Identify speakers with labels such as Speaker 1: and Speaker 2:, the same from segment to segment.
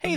Speaker 1: Hey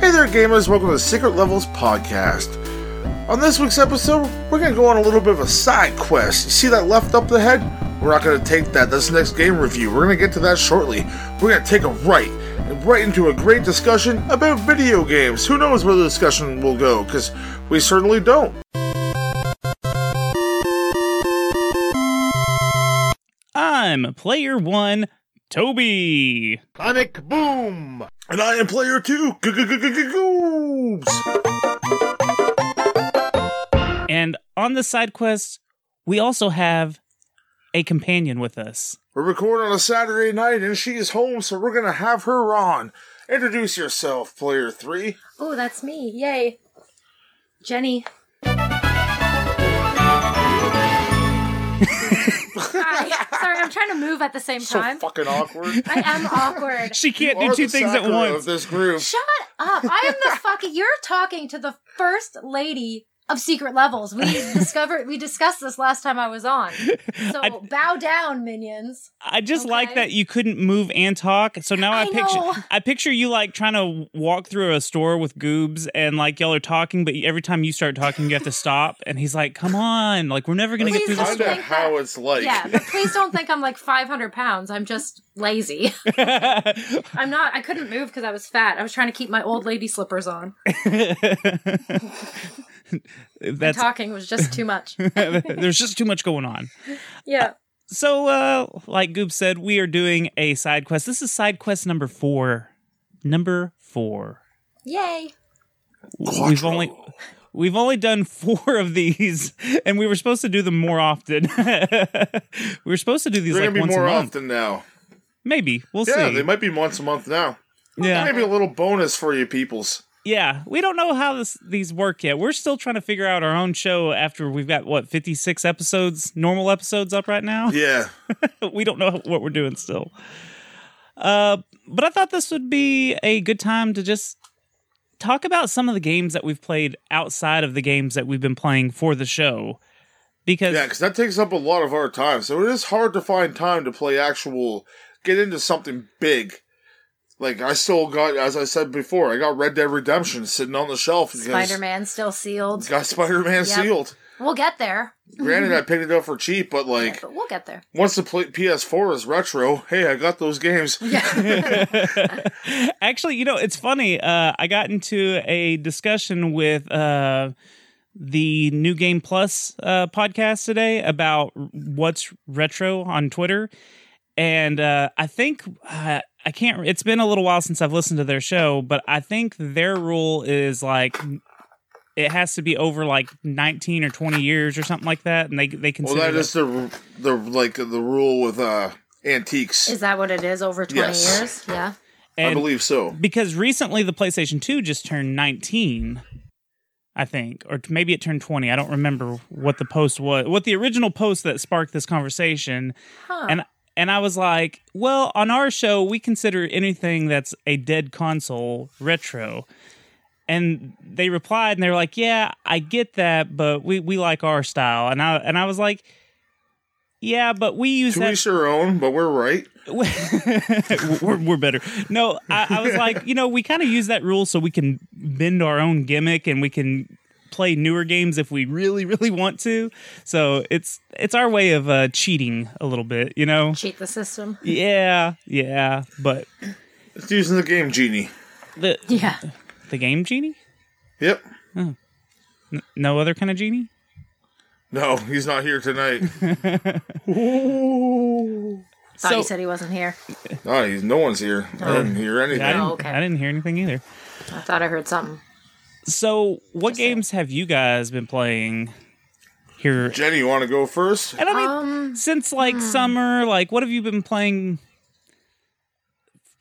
Speaker 2: Hey there, gamers! Welcome to the Secret Levels Podcast. On this week's episode, we're going to go on a little bit of a side quest. You see that left up the head? We're not going to take that. That's the next game review. We're going to get to that shortly. We're going to take a right and right into a great discussion about video games. Who knows where the discussion will go? Because we certainly don't.
Speaker 1: I'm player one, Toby.
Speaker 3: Sonic Boom!
Speaker 2: And I am player two. Goobs.
Speaker 1: And on the side quest, we also have a companion with us.
Speaker 2: We're recording on a Saturday night, and she is home, so we're going to have her on. Introduce yourself, player three.
Speaker 4: Oh, that's me. Yay. Jenny. Hi. Sorry, I'm trying to move at the same
Speaker 2: So
Speaker 4: time.
Speaker 2: fucking awkward.
Speaker 4: I am awkward.
Speaker 1: She can't
Speaker 2: You
Speaker 1: do
Speaker 2: are
Speaker 1: two
Speaker 2: the
Speaker 1: things at
Speaker 2: Sakura
Speaker 1: once.
Speaker 2: Of this group.
Speaker 4: Shut up. I am the fucking you're talking to the first lady of secret levels. We discovered we discussed this last time I was on. So
Speaker 1: I-
Speaker 4: bow down, minions.
Speaker 1: I just like
Speaker 4: Okay.
Speaker 1: that you couldn't move and talk. So now I,
Speaker 4: I
Speaker 1: picture
Speaker 4: know.
Speaker 1: I picture you like trying to walk through a store with Goobs and like y'all are talking, but every time you start talking, you have to stop. And he's like, "Come on, like we're never gonna get
Speaker 4: Please
Speaker 1: through this."
Speaker 4: don't-
Speaker 2: Kinda
Speaker 4: think
Speaker 2: how
Speaker 4: that-
Speaker 2: it's like.
Speaker 4: Yeah, but please don't think I'm like 500 pounds. I'm just lazy. I'm not. I couldn't move because I was fat. I was trying to keep my old lady slippers on.
Speaker 1: That's
Speaker 4: Talking was just too much.
Speaker 1: there's just too much going on.
Speaker 4: Yeah.
Speaker 1: So, uh, like Goop said, we are doing a side quest. This is side quest number four. Number four.
Speaker 4: Yay.
Speaker 1: We've only we've only done four of these, and we were supposed to do them more often. we were supposed to do these
Speaker 2: They're
Speaker 1: like
Speaker 2: gonna be
Speaker 1: once a
Speaker 2: more
Speaker 1: month.
Speaker 2: often now.
Speaker 1: Maybe we'll
Speaker 2: yeah,
Speaker 1: see.
Speaker 2: they might be once a month now.
Speaker 1: yeah,
Speaker 2: Maybe a little bonus for you peoples.
Speaker 1: yeah. We don't know how this, these work yet. We're still trying to figure out our own show after we've got what fifty six episodes, normal episodes up right now.
Speaker 2: Yeah.
Speaker 1: we don't know what we're doing still. Uh, but I thought this would be a good time to just talk about some of the games that we've played outside of the games that we've been playing for the show. Because
Speaker 2: Yeah, because that takes up a lot of our time. So it is hard to find time to play actual, get into something big. Like, I still got, as I said before, I got Red Dead Redemption sitting on the shelf because
Speaker 4: Spider Man still sealed.
Speaker 2: it's got Spider Man sealed.
Speaker 4: We'll get there.
Speaker 2: Granted, I picked it up for cheap, but like,
Speaker 4: But we'll get there.
Speaker 2: once the pl- PS4 is retro, hey, I got those games.
Speaker 1: actually, you know, it's funny. Uh, I got into a discussion with uh, the New Game Plus uh, podcast today about what's retro on Twitter, and uh, I think uh, I can't. It's been a little while since I've listened to their show, but I think their rule is like. It has to be over like nineteen or twenty years or something like that, and they they
Speaker 2: Well,
Speaker 1: consider
Speaker 2: that
Speaker 1: that-
Speaker 2: is the the like the rule with uh antiques.
Speaker 4: Is that what it is? Over 20
Speaker 2: Yes.
Speaker 4: years? Yeah.
Speaker 2: I
Speaker 1: and-
Speaker 2: believe so.
Speaker 1: because recently the PlayStation 2 just turned 19, I think, or t- maybe it turned 20. I don't remember what the post was, what the original post that sparked this conversation.
Speaker 4: Huh.
Speaker 1: And and I was like, well, on our show we consider anything that's a dead console retro. And they replied and they were like, "Yeah, I get that, but we we like our style." And I and I was like, "Yeah, but we use
Speaker 2: To
Speaker 1: that
Speaker 2: each their own, but we're right.
Speaker 1: we're, we're better. No, I, I was like, you know, we kind of use that rule so we can bend our own gimmick and we can play newer games if we really, really want to. So it's it's our way of uh, cheating a little bit, you know.
Speaker 4: Cheat the system.
Speaker 1: Yeah, yeah, but
Speaker 2: It's using the game genie.
Speaker 1: The
Speaker 4: Yeah.
Speaker 1: the game genie?
Speaker 2: Yep.
Speaker 1: N- no other kind of genie?
Speaker 2: No, he's not here tonight.
Speaker 4: Thought
Speaker 1: So-
Speaker 4: you said he wasn't here.
Speaker 2: no, he's, no one's here. I
Speaker 4: Oh.
Speaker 2: didn't hear anything.
Speaker 1: I, didn't,
Speaker 4: okay.
Speaker 1: I didn't hear anything either.
Speaker 4: I thought I heard something.
Speaker 1: So, what games have you guys been playing here?
Speaker 2: Jenny, you want to go first?
Speaker 1: And I mean,
Speaker 4: Um.
Speaker 1: since like summer, like what have you been playing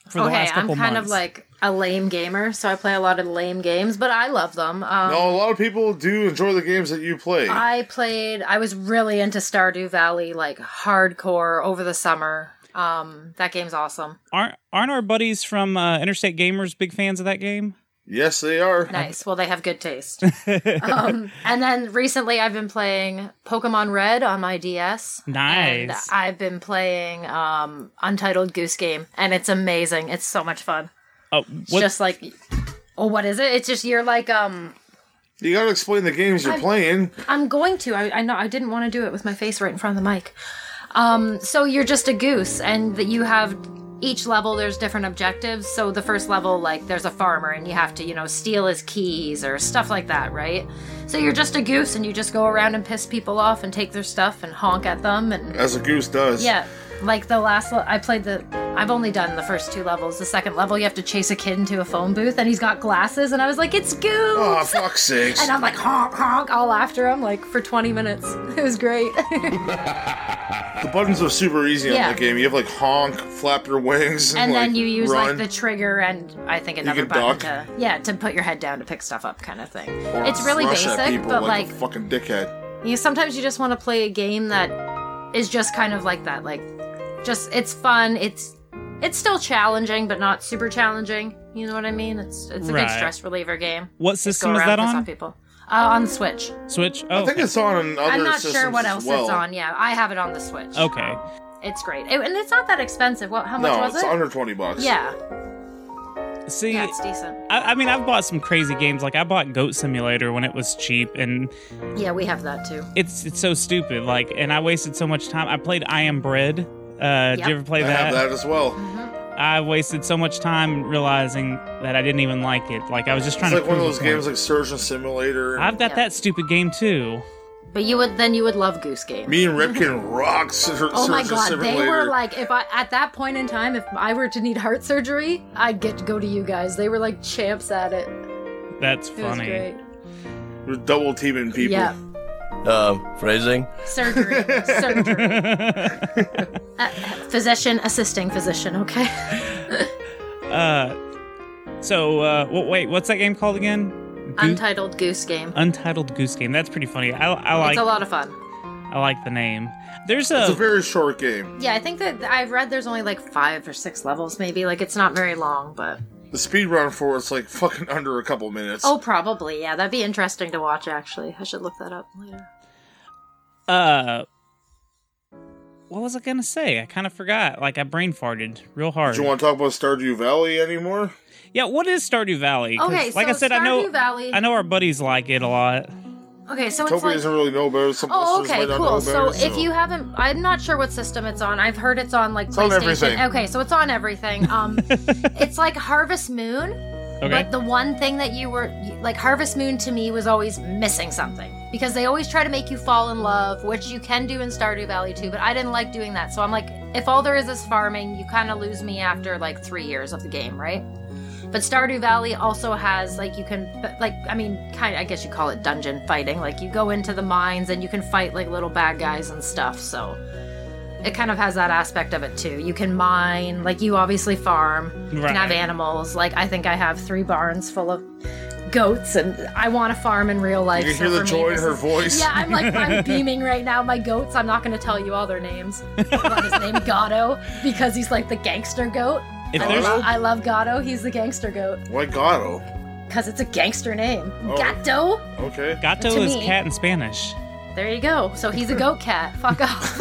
Speaker 1: for the
Speaker 4: Okay,
Speaker 1: last
Speaker 4: I'm
Speaker 1: couple
Speaker 4: kind
Speaker 1: months?
Speaker 4: of like a lame gamer, so I play a lot of lame games, but I love them. Um,
Speaker 2: No, a lot of people do enjoy the games that you play.
Speaker 4: I played. I was really into Stardew Valley, like hardcore, over the summer. Um, that game's awesome.
Speaker 1: aren't aren't our buddies from uh, Interstate Gamers big fans of that game?
Speaker 2: yes, they are.
Speaker 4: Nice. Well, they have good taste. um, and then recently, I've been playing Pokemon Red on my DS. And
Speaker 1: Nice.
Speaker 4: I've been playing um, Untitled Goose Game, and it's amazing. It's so much fun.
Speaker 1: Oh,
Speaker 4: It's
Speaker 1: what,
Speaker 4: just like, oh, what is it? It's just you're like, um,
Speaker 2: You got to explain the games you're playing.
Speaker 4: I'm going to. I, I know. I didn't want to do it with my face right in front of the mic. Um, so you're just a goose, and that you have each level. There's different objectives. So the first level, like there's a farmer, and you have to, you know, steal his keys or stuff like that, right? So you're just a goose, and you just go around and piss people off, and take their stuff, and honk at them, and
Speaker 2: As a goose does.
Speaker 4: yeah, like the last. Le- I played the. I've only done the first two levels. The second level, you have to chase a kid into a phone booth, and he's got glasses, and I was like, it's goose.
Speaker 2: Oh, fuck's sakes.
Speaker 4: And I'm like honk honk all after him like for 20 minutes. It was great.
Speaker 2: The buttons are super easy on
Speaker 4: Yeah.
Speaker 2: that game. You have like honk, flap your wings, and,
Speaker 4: and
Speaker 2: like,
Speaker 4: then you use
Speaker 2: run.
Speaker 4: like the trigger and I think another
Speaker 2: can
Speaker 4: button
Speaker 2: duck.
Speaker 4: to yeah to put your head down to pick stuff up kind of thing.
Speaker 2: Or
Speaker 4: it's really
Speaker 2: rush
Speaker 4: basic,
Speaker 2: at people
Speaker 4: but
Speaker 2: like,
Speaker 4: like,
Speaker 2: a fucking dickhead.
Speaker 4: you sometimes you just want to play a game that is just kind of like that. Like just it's fun. It's it's still challenging, but not super challenging. You know what I mean? It's it's a
Speaker 1: Right.
Speaker 4: good stress reliever game.
Speaker 1: what
Speaker 4: Just go
Speaker 1: system is
Speaker 4: around
Speaker 1: that
Speaker 4: piss
Speaker 1: on?
Speaker 4: off people. Uh, on the Switch.
Speaker 1: Switch. Oh,
Speaker 2: I think
Speaker 1: okay.
Speaker 2: it's on in other
Speaker 4: I'm not
Speaker 2: systems
Speaker 4: sure what
Speaker 2: as
Speaker 4: else
Speaker 2: well.
Speaker 4: it's on. Yeah, I have it on the Switch.
Speaker 1: okay.
Speaker 4: It's great. It- and it's not that expensive. What, how much
Speaker 2: No,
Speaker 4: was
Speaker 2: it's
Speaker 4: it?
Speaker 2: under twenty bucks.
Speaker 4: yeah,
Speaker 1: See,
Speaker 4: yeah, it's decent.
Speaker 1: I, I mean, I've bought some crazy games. Like I bought Goat Simulator when it was cheap, and
Speaker 4: Yeah, we have that too.
Speaker 1: it's it's so stupid. Like, and I wasted so much time. I played I Am Bread. Uh, Did
Speaker 4: Yep.
Speaker 1: you ever play
Speaker 2: I have
Speaker 1: that?
Speaker 2: that as well.
Speaker 1: I wasted so much time realizing that I didn't even like it. Like I was just
Speaker 2: It's
Speaker 1: trying
Speaker 2: like
Speaker 1: to.
Speaker 2: one of
Speaker 1: prove a
Speaker 2: those
Speaker 1: point.
Speaker 2: games like Surgeon Simulator.
Speaker 1: I've got
Speaker 4: Yeah.
Speaker 1: that stupid game too.
Speaker 4: But you would then you would love Goose Game.
Speaker 2: Me and Ripkin rock Sur-
Speaker 4: oh
Speaker 2: Surgeon
Speaker 4: my god,
Speaker 2: Simulator.
Speaker 4: they were like, if I at that point in time, if I were to need heart surgery, I'd get to go to you guys. They were like champs at it.
Speaker 1: That's
Speaker 4: It was
Speaker 1: funny.
Speaker 4: great.
Speaker 2: We're double teaming people.
Speaker 4: Yeah,
Speaker 5: Um, phrasing.
Speaker 4: surgery, surgery, uh, physician assisting physician. Okay,
Speaker 1: Uh, so uh, w- wait, what's that game called again? Goo-
Speaker 4: Untitled Goose Game.
Speaker 1: Untitled Goose Game. That's pretty funny. I, I
Speaker 4: It's a
Speaker 1: like
Speaker 4: lot of fun.
Speaker 1: I like the name. There's
Speaker 2: It's
Speaker 1: a,
Speaker 2: a very short game.
Speaker 4: Yeah, I think that I've read there's only like five or six levels, maybe. Like it's not very long, but
Speaker 2: The speed run for it's like fucking under a couple minutes.
Speaker 4: Oh, probably. Yeah, that'd be interesting to watch. Actually, I should look that up later.
Speaker 1: uh. What was I gonna say? I kind of forgot. Like I brain farted real hard.
Speaker 2: Do you want to talk about Stardew Valley anymore?
Speaker 1: yeah, what is Stardew Valley? 'Cause
Speaker 4: Okay,
Speaker 1: like I
Speaker 4: so
Speaker 1: said, I know
Speaker 4: Stardew Valley-
Speaker 1: I know our buddies like it a lot.
Speaker 4: Okay, so it's
Speaker 2: Toby
Speaker 4: like.
Speaker 2: doesn't really know about it. Some
Speaker 4: Oh,
Speaker 2: listeners
Speaker 4: okay,
Speaker 2: might not
Speaker 4: cool.
Speaker 2: know
Speaker 4: So
Speaker 2: about it,
Speaker 4: if you haven't, I'm not sure what system it's on. I've heard it's on like
Speaker 2: on
Speaker 4: PlayStation.
Speaker 2: everything.
Speaker 4: Okay, so it's on everything. Um, it's like Harvest Moon,
Speaker 1: Okay,
Speaker 4: but the one thing that you were like Harvest Moon to me was always missing something because they always try to make you fall in love, which you can do in Stardew Valley too. But I didn't like doing that, so I'm like, if all there is is farming, you kind of lose me after like three years of the game, right? But Stardew Valley also has like you can but, like I mean kind I guess you call it dungeon fighting. Like you go into the mines and you can fight like little bad guys and stuff. So it kind of has that aspect of it too. You can mine, like you obviously farm, you
Speaker 1: Right.
Speaker 4: can have animals. Like I think I have three barns full of goats and I want to farm in real life.
Speaker 2: you can
Speaker 4: so
Speaker 2: hear the
Speaker 4: for me,
Speaker 2: joy in
Speaker 4: this
Speaker 2: her
Speaker 4: is-
Speaker 2: voice.
Speaker 4: yeah, I'm like I'm beaming right now. My goats. I'm not going to tell you all their names. I love his name Gatto because he's like the gangster goat.
Speaker 1: if
Speaker 4: I
Speaker 1: there's
Speaker 4: love, I love Gatto. He's the gangster goat
Speaker 2: Why Gato?
Speaker 4: because it's a gangster name.
Speaker 2: Oh.
Speaker 4: Gato.
Speaker 2: Okay.
Speaker 1: Gato
Speaker 4: To
Speaker 1: is
Speaker 4: me-
Speaker 1: cat in Spanish.
Speaker 4: There you go. So he's a goat cat. Fuck off.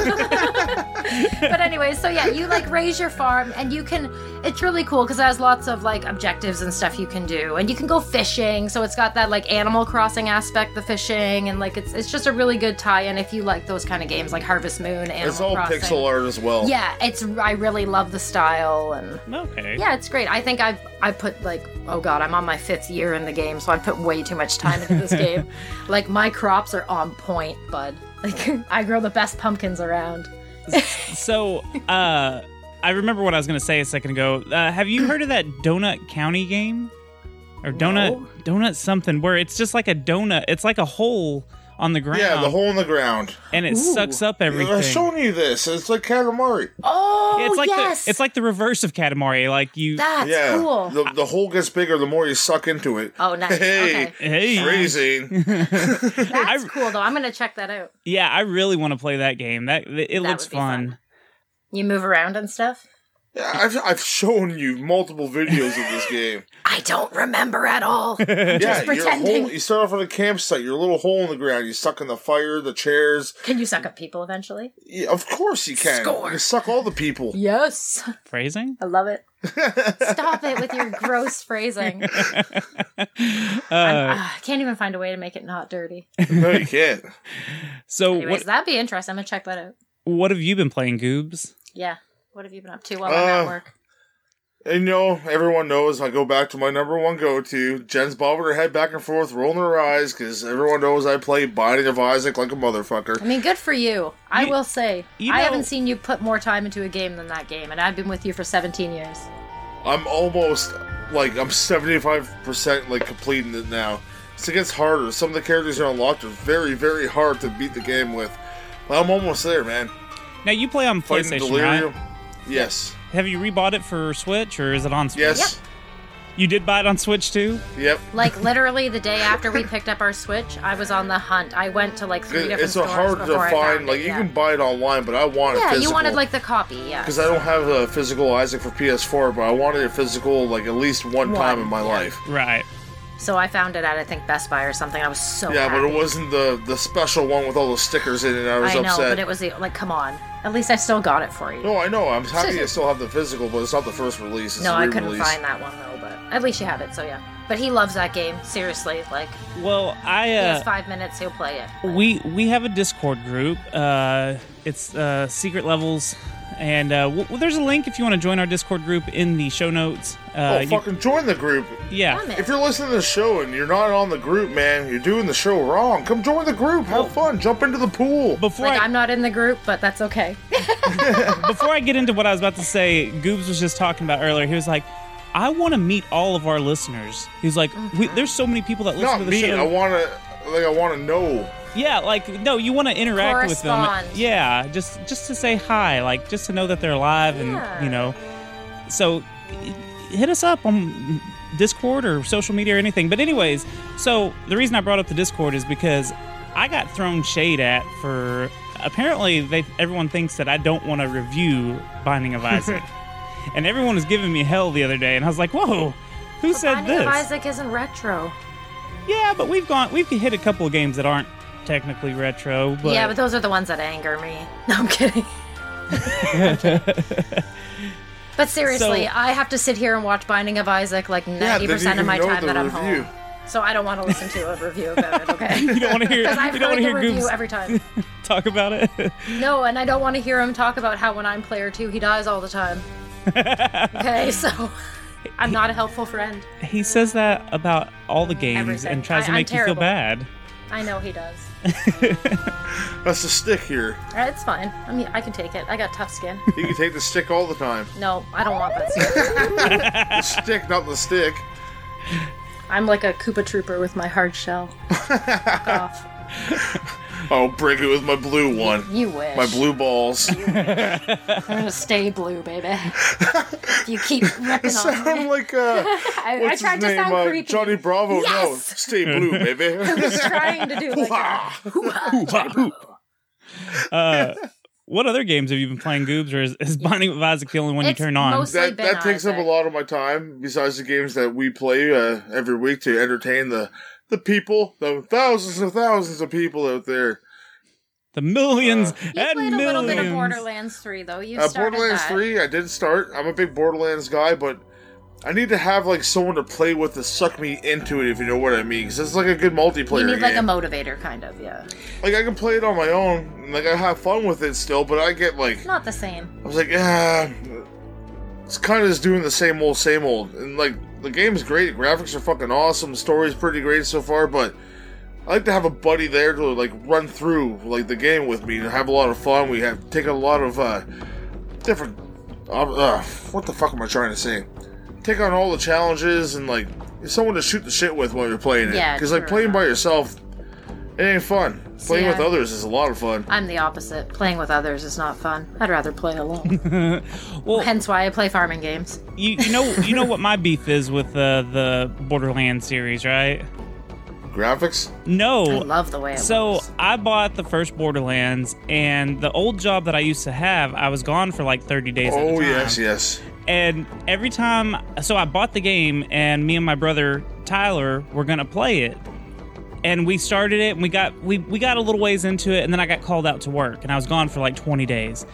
Speaker 4: but anyway, so yeah, you like raise your farm and you can It's really cool because it has lots of like objectives and stuff you can do, and you can go fishing. So it's got that like Animal Crossing aspect, the fishing, and like it's it's just a really good tie-in if you like those kind of games like Harvest Moon. Animal
Speaker 2: it's all
Speaker 4: Crossing.
Speaker 2: pixel art as well.
Speaker 4: Yeah, it's I really love the style and
Speaker 1: Okay.
Speaker 4: yeah, it's great. I think I've I put like oh god, I'm on my fifth year in the game, so I put way too much time into this game. Like my crops are on point, bud. Like I grow the best pumpkins around.
Speaker 1: So, uh, I remember what I was going to say a second ago. Uh, have you heard of that Donut County game? Or Donut
Speaker 4: No.
Speaker 1: Donut something where it's just like a donut. It's like a hole on the ground.
Speaker 2: Yeah, the hole in the ground.
Speaker 1: and it sucks up everything.
Speaker 2: I've shown you this. It's like Katamari.
Speaker 4: Oh
Speaker 1: Yeah, it's like
Speaker 4: yes,
Speaker 1: the, it's like the reverse of Katamari. Like you,
Speaker 4: that's
Speaker 2: yeah.
Speaker 4: cool.
Speaker 2: The, the hole gets bigger the more you suck into it.
Speaker 4: Oh, nice.
Speaker 2: Hey,
Speaker 4: Okay.
Speaker 1: hey,
Speaker 2: freezing.
Speaker 4: That's cool though. I'm gonna check that out.
Speaker 1: yeah, I really want to play that game. That it looks
Speaker 4: would be fun.
Speaker 1: fun.
Speaker 4: You move around and stuff.
Speaker 2: yeah, I've, I've shown you multiple videos of this game.
Speaker 4: I don't remember at all.
Speaker 2: yeah, your
Speaker 4: pretending.
Speaker 2: hole, you start off on a campsite, your little hole in the ground. You suck in the fire, the chairs.
Speaker 4: can you suck up people eventually?
Speaker 2: Yeah, of course you can.
Speaker 4: Score.
Speaker 2: You suck all the people.
Speaker 4: Yes,
Speaker 1: Phrasing.
Speaker 4: I love it. Stop it with your gross phrasing.
Speaker 1: Uh,
Speaker 4: Ah, I can't even find a way to make it not dirty.
Speaker 2: No, you can't.
Speaker 1: so
Speaker 4: Anyways,
Speaker 1: what?
Speaker 4: that'd be interesting. I'm gonna check that out.
Speaker 1: What have you been playing, Goobs?
Speaker 4: Yeah. What have you been up to while I'm at
Speaker 2: Uh,
Speaker 4: work?
Speaker 2: And you know, everyone knows I go back to my number one go to. Jen's bobbing her head back and forth, rolling her eyes, because everyone knows I play Binding of Isaac like a motherfucker.
Speaker 4: I mean, good for you. I
Speaker 1: You-
Speaker 4: will say,
Speaker 1: you
Speaker 4: I
Speaker 1: know-
Speaker 4: haven't seen you put more time into a game than that game, and I've been with you for 17 years.
Speaker 2: I'm almost like I'm 75% like completing it now. So it gets harder. Some of the characters are unlocked are very, very hard to beat the game with. But I'm almost there, man.
Speaker 1: Now you play on
Speaker 2: Fighting
Speaker 1: PlayStation,
Speaker 2: Delirium.
Speaker 1: right?
Speaker 2: Yes.
Speaker 1: Have you rebought it for Switch or is it on Switch?
Speaker 2: Yes.
Speaker 1: You did buy it on Switch too?
Speaker 2: Yep.
Speaker 4: Like literally the day after we picked up our Switch, I was on the hunt. I went to like three
Speaker 2: It-
Speaker 4: different
Speaker 2: It's a
Speaker 4: stores
Speaker 2: hard to
Speaker 4: before I
Speaker 2: find.
Speaker 4: found
Speaker 2: Like
Speaker 4: it,
Speaker 2: you
Speaker 4: yeah.
Speaker 2: can buy it online, but I want it
Speaker 4: Yeah,
Speaker 2: physical.
Speaker 4: you wanted like the copy, yeah.
Speaker 2: because I don't have a physical Isaac for PS4, but I wanted it physical like at least one,
Speaker 4: One,
Speaker 2: time in my
Speaker 4: yeah.
Speaker 2: life.
Speaker 1: Right.
Speaker 4: So I found it at I think Best Buy or something. I was so
Speaker 2: Yeah, but
Speaker 4: happy.
Speaker 2: it wasn't the the special one with all the stickers in it. I was
Speaker 4: I know,
Speaker 2: upset.
Speaker 4: but it was the, like, come on. At least I still got it for you.
Speaker 2: no, I know. I'm happy I still have the physical, but it's not the first release. It's
Speaker 4: No,
Speaker 2: a
Speaker 4: I
Speaker 2: re-release.
Speaker 4: couldn't find that one though, but at least you have it, so yeah. But he loves that game, seriously. Like,
Speaker 1: Well, I
Speaker 4: he
Speaker 1: uh,
Speaker 4: has five minutes, he'll play it.
Speaker 1: we we have a Discord group. Uh, it's uh, Secret Levels, and uh, w- there's a link if you want to join our Discord group in the show notes.
Speaker 2: Oh,
Speaker 1: Uh, you-
Speaker 2: fucking join the group.
Speaker 1: yeah.
Speaker 4: Damn it.
Speaker 2: If you're listening to the show and you're not on the group, man, you're doing the show wrong. Come join the group. Have fun. Jump into the pool.
Speaker 1: Before
Speaker 4: Like
Speaker 1: I,
Speaker 4: I'm not in the group, but that's okay.
Speaker 1: before I get into what I was about to say, Goobs was just talking about earlier. He was like, "I want to meet all of our listeners." He's like, we,
Speaker 4: Mm-hmm.
Speaker 1: "There's so many people that listen
Speaker 2: not
Speaker 1: to the
Speaker 2: me. I
Speaker 1: show."
Speaker 2: want to. Like I want to know.
Speaker 1: yeah, like no, you want to interact with them.
Speaker 4: Correspond.
Speaker 1: Yeah, just just to say hi, like just to know that they're alive,
Speaker 4: Yeah.
Speaker 1: and you know. So, h- hit us up on Discord or social media or anything. But anyways, so the reason I brought up the Discord is because I got thrown shade at for apparently they everyone thinks that I don't want to review Binding of Isaac. and everyone was giving me hell the other day and I was like, "Whoa, who said
Speaker 4: Binding
Speaker 1: this?"
Speaker 4: of Isaac isn't retro.
Speaker 1: Yeah, but we've gone we've hit a couple of games that aren't technically retro, but
Speaker 4: yeah, but those are the ones that anger me. No, I'm kidding. but seriously,
Speaker 1: So-
Speaker 4: I have to sit here and watch Binding of Isaac like 90%
Speaker 2: Yeah, they didn't
Speaker 4: of
Speaker 2: even
Speaker 4: my
Speaker 2: know
Speaker 4: time
Speaker 2: the
Speaker 4: that I'm
Speaker 2: review.
Speaker 4: home. So I don't want to listen to a review about it, okay?
Speaker 1: you don't want to hear
Speaker 4: Because I've
Speaker 1: you don't
Speaker 4: heard
Speaker 1: want
Speaker 4: the
Speaker 1: to hear
Speaker 4: review
Speaker 1: Goobs
Speaker 4: every time.
Speaker 1: talk about it.
Speaker 4: No, and I don't want to hear him talk about how when I'm player two, he dies all the time. okay, so I'm not a helpful friend.
Speaker 1: he says that about all the games
Speaker 4: Everything.
Speaker 1: and tries to
Speaker 4: I- I'm
Speaker 1: make you feel
Speaker 4: terrible.
Speaker 1: bad.
Speaker 4: I know he does.
Speaker 2: That's the stick here.
Speaker 4: Uh, It's fine. I mean, I can take it. I got tough skin.
Speaker 2: You can take the stick all the time.
Speaker 4: No, I don't want that skin.
Speaker 2: The stick, not the stick.
Speaker 4: I'm like a Koopa Trooper with my hard shell. Fuck off.
Speaker 2: I'll break it with my blue one.
Speaker 4: You wish.
Speaker 2: My blue balls.
Speaker 4: I'm gonna stay blue, baby. If you keep ripping on me.
Speaker 2: Sound like uh,
Speaker 4: I, I
Speaker 2: what's
Speaker 4: tried
Speaker 2: his
Speaker 4: to
Speaker 2: name?
Speaker 4: sound
Speaker 2: uh,
Speaker 4: creepy.
Speaker 2: Johnny Bravo. No,
Speaker 4: Yes!
Speaker 2: stay blue, baby.
Speaker 4: trying to do like a-
Speaker 1: Uh, what other games have you been playing, Goobs, or is, is Binding of Isaac the only one
Speaker 4: It's
Speaker 1: you turn on?
Speaker 4: most-
Speaker 2: that
Speaker 4: Ben
Speaker 2: that takes up a
Speaker 4: Isaac.
Speaker 2: lot of my time. Besides the games that we play uh, every week to entertain the the people, the thousands and thousands of people out there.
Speaker 1: The millions
Speaker 4: You
Speaker 1: and
Speaker 4: played a
Speaker 1: millions.
Speaker 4: little bit of Borderlands 3, though. You
Speaker 2: Uh,
Speaker 4: started
Speaker 2: Borderlands
Speaker 4: that.
Speaker 2: 3, I did start. I'm a big Borderlands guy, but I need to have like someone to play with to suck me into it, if you know what I mean. Because it's like a good multiplayer
Speaker 4: You need like a
Speaker 2: game.
Speaker 4: motivator, kind of. Yeah,
Speaker 2: like I can play it on my own, and, like I have fun with it still. But I get like
Speaker 4: not the same.
Speaker 2: I was like, yeah, it's kind of just doing the same old, same old. And like the game's great, graphics are fucking awesome, story's pretty great so far, but I like to have a buddy there to like run through like the game with me and have a lot of fun. We have taken a lot of uh, different. Uh, uh, what the fuck am I trying to say? Take on all the challenges and like someone to shoot the shit with while you're playing it.
Speaker 4: Yeah,
Speaker 2: because like
Speaker 4: true.
Speaker 2: playing by yourself, it ain't fun. Playing with
Speaker 4: Yeah.
Speaker 2: others is a lot of fun.
Speaker 4: I'm the opposite. Playing with others is not fun. I'd rather play alone.
Speaker 1: Well,
Speaker 4: Hence why I play farming games.
Speaker 1: you, you know you know what my beef is with uh, the Borderlands series, right?
Speaker 2: Graphics.
Speaker 1: No,
Speaker 4: I love the way it
Speaker 1: So
Speaker 4: looks.
Speaker 1: I bought the first Borderlands, and the old job that I used to have, I was gone for like 30 days. at a
Speaker 2: Oh
Speaker 1: time.
Speaker 2: yes, yes.
Speaker 1: And every time, so I bought the game, and me and my brother Tyler were gonna play it, and we started it, and we got we we got a little ways into it, and then I got called out to work, and I was gone for like 20 days.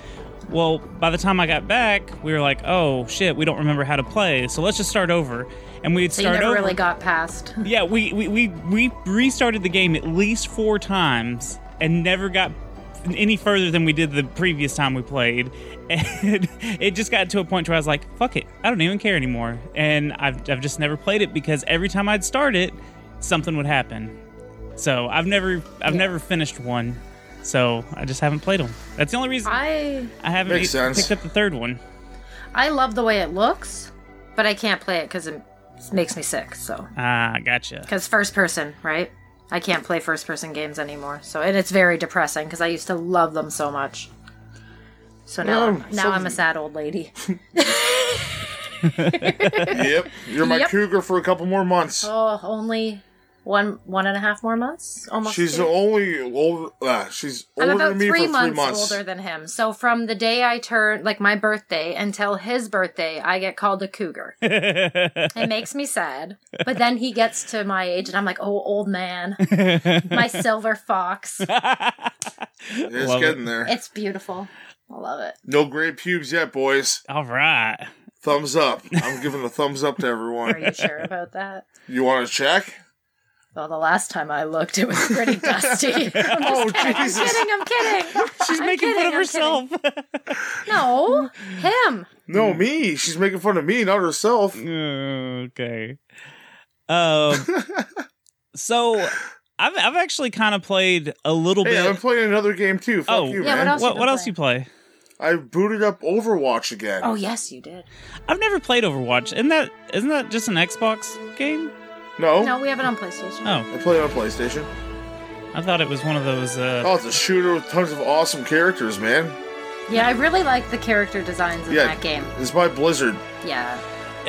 Speaker 1: Well, by the time I got back, we were like, "Oh shit, we don't remember how to play, so let's just start over." And we'd
Speaker 4: So you
Speaker 1: start
Speaker 4: never
Speaker 1: over.
Speaker 4: really got past.
Speaker 1: Yeah, we, we, we, we restarted the game at least four times and never got any further than we did the previous time we played. And it just got to a point where I was like, fuck it, I don't even care anymore. And I've, I've just never played it because every time I'd start it, something would happen. So I've never I've never finished one. So I just haven't played them. That's the only reason I,
Speaker 4: I
Speaker 1: haven't
Speaker 2: Makes
Speaker 1: e-
Speaker 2: sense.
Speaker 1: picked up the third one.
Speaker 4: I love the way it looks, but I can't play it because it makes me sick. So
Speaker 1: Ah, gotcha.
Speaker 4: because first person, right? I can't play first person games anymore. So and it's very depressing because I used to love them so much. So now,
Speaker 2: Well,
Speaker 4: now I'm a sad old lady.
Speaker 2: Yep. You're my
Speaker 4: Yep.
Speaker 2: cougar for a couple more months.
Speaker 4: Oh, only one one and a half more months. Almost.
Speaker 2: She's
Speaker 4: two.
Speaker 2: only older. Uh, she's
Speaker 4: I'm
Speaker 2: older
Speaker 4: about
Speaker 2: than me
Speaker 4: three
Speaker 2: for
Speaker 4: months,
Speaker 2: three months.
Speaker 4: older than him. So from the day I turn, like my birthday, until his birthday, I get called a cougar. it makes me sad. But then he gets to my age, and I'm like, oh, old man, my silver fox.
Speaker 2: It's
Speaker 1: Love
Speaker 2: getting there.
Speaker 4: It's beautiful. I love it.
Speaker 2: No gray pubes yet, boys.
Speaker 1: All right.
Speaker 2: Thumbs up. I'm giving a thumbs up to
Speaker 4: Are
Speaker 2: everyone.
Speaker 4: you sure about that?
Speaker 2: You want to check?
Speaker 4: Well, the last time I looked, it was pretty dusty. I'm just
Speaker 2: Oh
Speaker 4: kidding. I'm
Speaker 2: Jesus!
Speaker 4: kidding. I'm kidding.
Speaker 1: She's
Speaker 4: I'm
Speaker 1: making
Speaker 4: kidding,
Speaker 1: fun of
Speaker 4: I'm
Speaker 1: herself.
Speaker 4: No, him.
Speaker 2: No,
Speaker 1: Hmm.
Speaker 2: me. She's making fun of me, not herself.
Speaker 1: Mm. okay. Um. so, I've I've actually kind of played a little
Speaker 2: Hey, I've been
Speaker 1: bit.
Speaker 2: playing another game too. Fuck
Speaker 1: Oh.
Speaker 2: you,
Speaker 4: Yeah, what
Speaker 2: man.
Speaker 4: else-
Speaker 1: What
Speaker 4: you
Speaker 1: what
Speaker 4: been
Speaker 1: else you play?
Speaker 2: I booted up Overwatch again.
Speaker 4: Oh yes, you did.
Speaker 1: I've never played Overwatch. Isn't that isn't that just an Xbox game?
Speaker 2: No,
Speaker 4: No, we have it on PlayStation.
Speaker 1: Oh,
Speaker 2: I play it on PlayStation.
Speaker 1: I thought it was one of those. Uh,
Speaker 2: Oh, it's a shooter with tons of awesome characters, man.
Speaker 4: Yeah, I really like the character designs in
Speaker 2: Yeah.
Speaker 4: that game.
Speaker 2: It's by Blizzard.
Speaker 4: Yeah.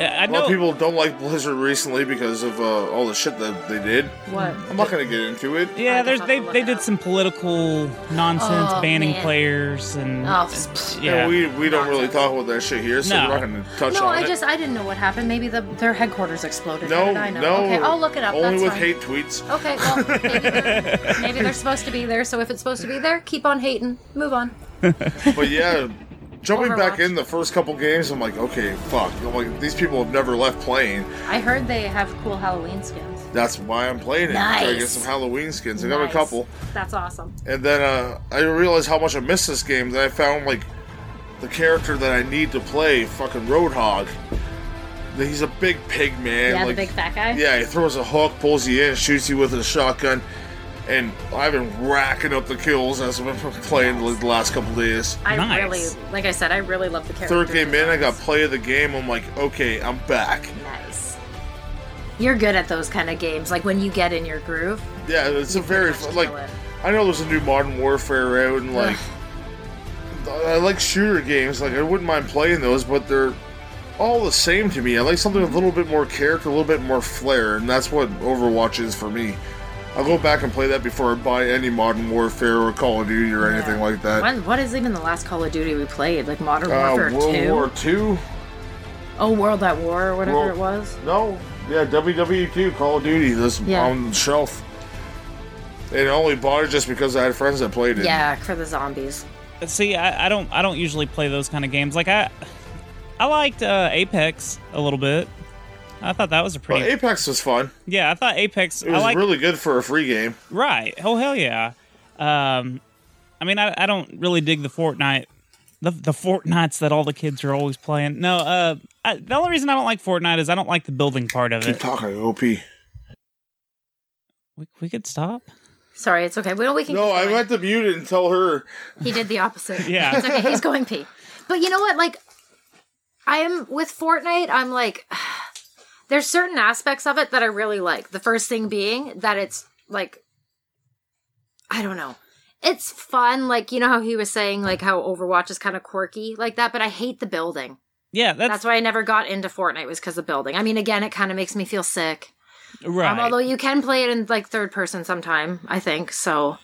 Speaker 1: I
Speaker 2: A lot
Speaker 1: know.
Speaker 2: of people don't like Blizzard recently because of uh, all the shit that they did.
Speaker 4: What?
Speaker 1: Mm-hmm.
Speaker 2: I'm not gonna get into it.
Speaker 1: yeah,
Speaker 4: I'd
Speaker 1: there's
Speaker 4: have to
Speaker 1: they
Speaker 4: look
Speaker 1: they
Speaker 4: it
Speaker 1: did
Speaker 4: up.
Speaker 1: some political nonsense,
Speaker 4: Oh,
Speaker 1: banning
Speaker 4: man.
Speaker 1: players and
Speaker 4: Oh, pfft.
Speaker 1: yeah.
Speaker 2: And we we don't really talk about that shit here, so
Speaker 1: No.
Speaker 2: we're not gonna touch
Speaker 4: No,
Speaker 2: on
Speaker 4: I
Speaker 2: it.
Speaker 4: just I didn't know what happened. Maybe the their headquarters exploded. How
Speaker 2: no,
Speaker 4: did I know?
Speaker 2: no.
Speaker 4: Okay, I'll look it up.
Speaker 2: Only
Speaker 4: That's
Speaker 2: with
Speaker 4: fine.
Speaker 2: hate tweets.
Speaker 4: Okay, well, maybe they're, maybe they're supposed to be there. So if it's supposed to be there, keep on hating. Move on.
Speaker 2: But yeah, jumping back
Speaker 4: Overwatch.
Speaker 2: in the first couple games, I'm like, okay, fuck. I'm like, these people have never left playing.
Speaker 4: I heard they have cool Halloween skins.
Speaker 2: That's why I'm playing it. So I get
Speaker 4: Nice.
Speaker 2: some Halloween skins. I got
Speaker 4: Nice.
Speaker 2: a couple.
Speaker 4: That's awesome.
Speaker 2: And then uh, I realized how much I missed this game. Then I found like the character that I need to play, fucking Roadhog. He's a big pig man.
Speaker 4: yeah,
Speaker 2: like,
Speaker 4: the big fat guy.
Speaker 2: Yeah, he throws a hook, pulls you in, shoots you with a shotgun, and I've been racking up the kills as I've been playing the last couple days.
Speaker 4: I
Speaker 1: Nice.
Speaker 4: really, like I said, I really love the character.
Speaker 2: Third game in, I got
Speaker 4: designs.
Speaker 2: play of the game. I'm like, okay, I'm back.
Speaker 4: Nice. You're good at those kind of games. Like when you get in your groove.
Speaker 2: Yeah, it's a very
Speaker 4: much
Speaker 2: fun- like.
Speaker 4: kill it.
Speaker 2: I know there's a new Modern Warfare out, and like, I like shooter games. Like, I wouldn't mind playing those, but they're all the same to me. I like something with a little bit more character, a little bit more flair, and that's what Overwatch is for me. I'll go back and play that before I buy any Modern Warfare or Call of Duty or anything
Speaker 4: Yeah.
Speaker 2: like that.
Speaker 4: When, what is even the last Call of Duty we played? Like Modern
Speaker 2: Uh,
Speaker 4: Warfare
Speaker 2: World
Speaker 4: 2?
Speaker 2: War Two?
Speaker 4: Oh, World at War or whatever
Speaker 2: World-
Speaker 4: it was.
Speaker 2: E No. Yeah, WWE Two, Call of Duty, this
Speaker 4: Yeah.
Speaker 2: on the shelf. And I only bought it just because I had friends that played it.
Speaker 4: Yeah, for the zombies.
Speaker 1: See, I, I don't I don't usually play those kind of games. Like I I liked uh, Apex a little bit. I thought that was a
Speaker 2: But
Speaker 1: pretty
Speaker 2: Apex was fun.
Speaker 1: yeah. I thought Apex.
Speaker 2: Oh, It was
Speaker 1: I like
Speaker 2: really good for a free game.
Speaker 1: right. Oh hell yeah. Um, I mean I, I don't really dig the Fortnite. The, the Fortnites that all the kids are always playing. No, uh, I, the only reason I don't like Fortnite is I don't like the building part of
Speaker 2: Keep
Speaker 1: it.
Speaker 2: talking, OP.
Speaker 1: We, we could stop.
Speaker 4: Sorry, it's okay. We don't. We can.
Speaker 2: No,
Speaker 4: keep
Speaker 2: I
Speaker 4: going.
Speaker 2: meant to mute it and tell her.
Speaker 4: He did the opposite.
Speaker 1: Yeah.
Speaker 4: It's okay. He's going pee. But you know what? Like, I am with Fortnite. I'm like, there's certain aspects of it that I really like. The first thing being that it's like, I don't know. It's fun. Like, you know how he was saying, like, how Overwatch is kind of quirky like that, but I hate the building.
Speaker 1: Yeah, that's,
Speaker 4: That's why I never got into Fortnite was because of building. I mean, again, it kind of makes me feel sick.
Speaker 1: right.
Speaker 4: Um, although you can play it in like third person sometime, I think. So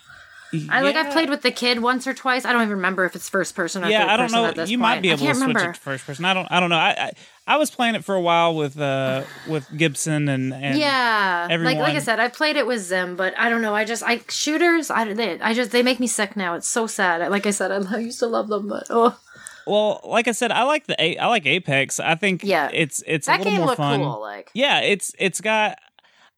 Speaker 4: I like I've
Speaker 1: Yeah.
Speaker 4: played with the kid once or twice. I don't even remember if it's first person or
Speaker 1: yeah,
Speaker 4: third
Speaker 1: I don't
Speaker 4: person
Speaker 1: know.
Speaker 4: at this
Speaker 1: you
Speaker 4: point.
Speaker 1: might be able
Speaker 4: I
Speaker 1: to
Speaker 4: can't
Speaker 1: switch
Speaker 4: remember.
Speaker 1: it to first person. I don't. I don't know. I I, I was playing it for a while with uh with Gibson and, and
Speaker 4: yeah,
Speaker 1: everyone.
Speaker 4: like like I said, I played it with Zim, but I don't know. I just I shooters. I they, I just they make me sick now. It's so sad. Like I said, I used to love them, but oh,
Speaker 1: Well, like I said, I like the A- I like Apex. I think
Speaker 4: Yeah.
Speaker 1: it's it's a
Speaker 4: that
Speaker 1: little
Speaker 4: game
Speaker 1: more
Speaker 4: looked
Speaker 1: fun.
Speaker 4: cool. Like
Speaker 1: Yeah, it's it's got.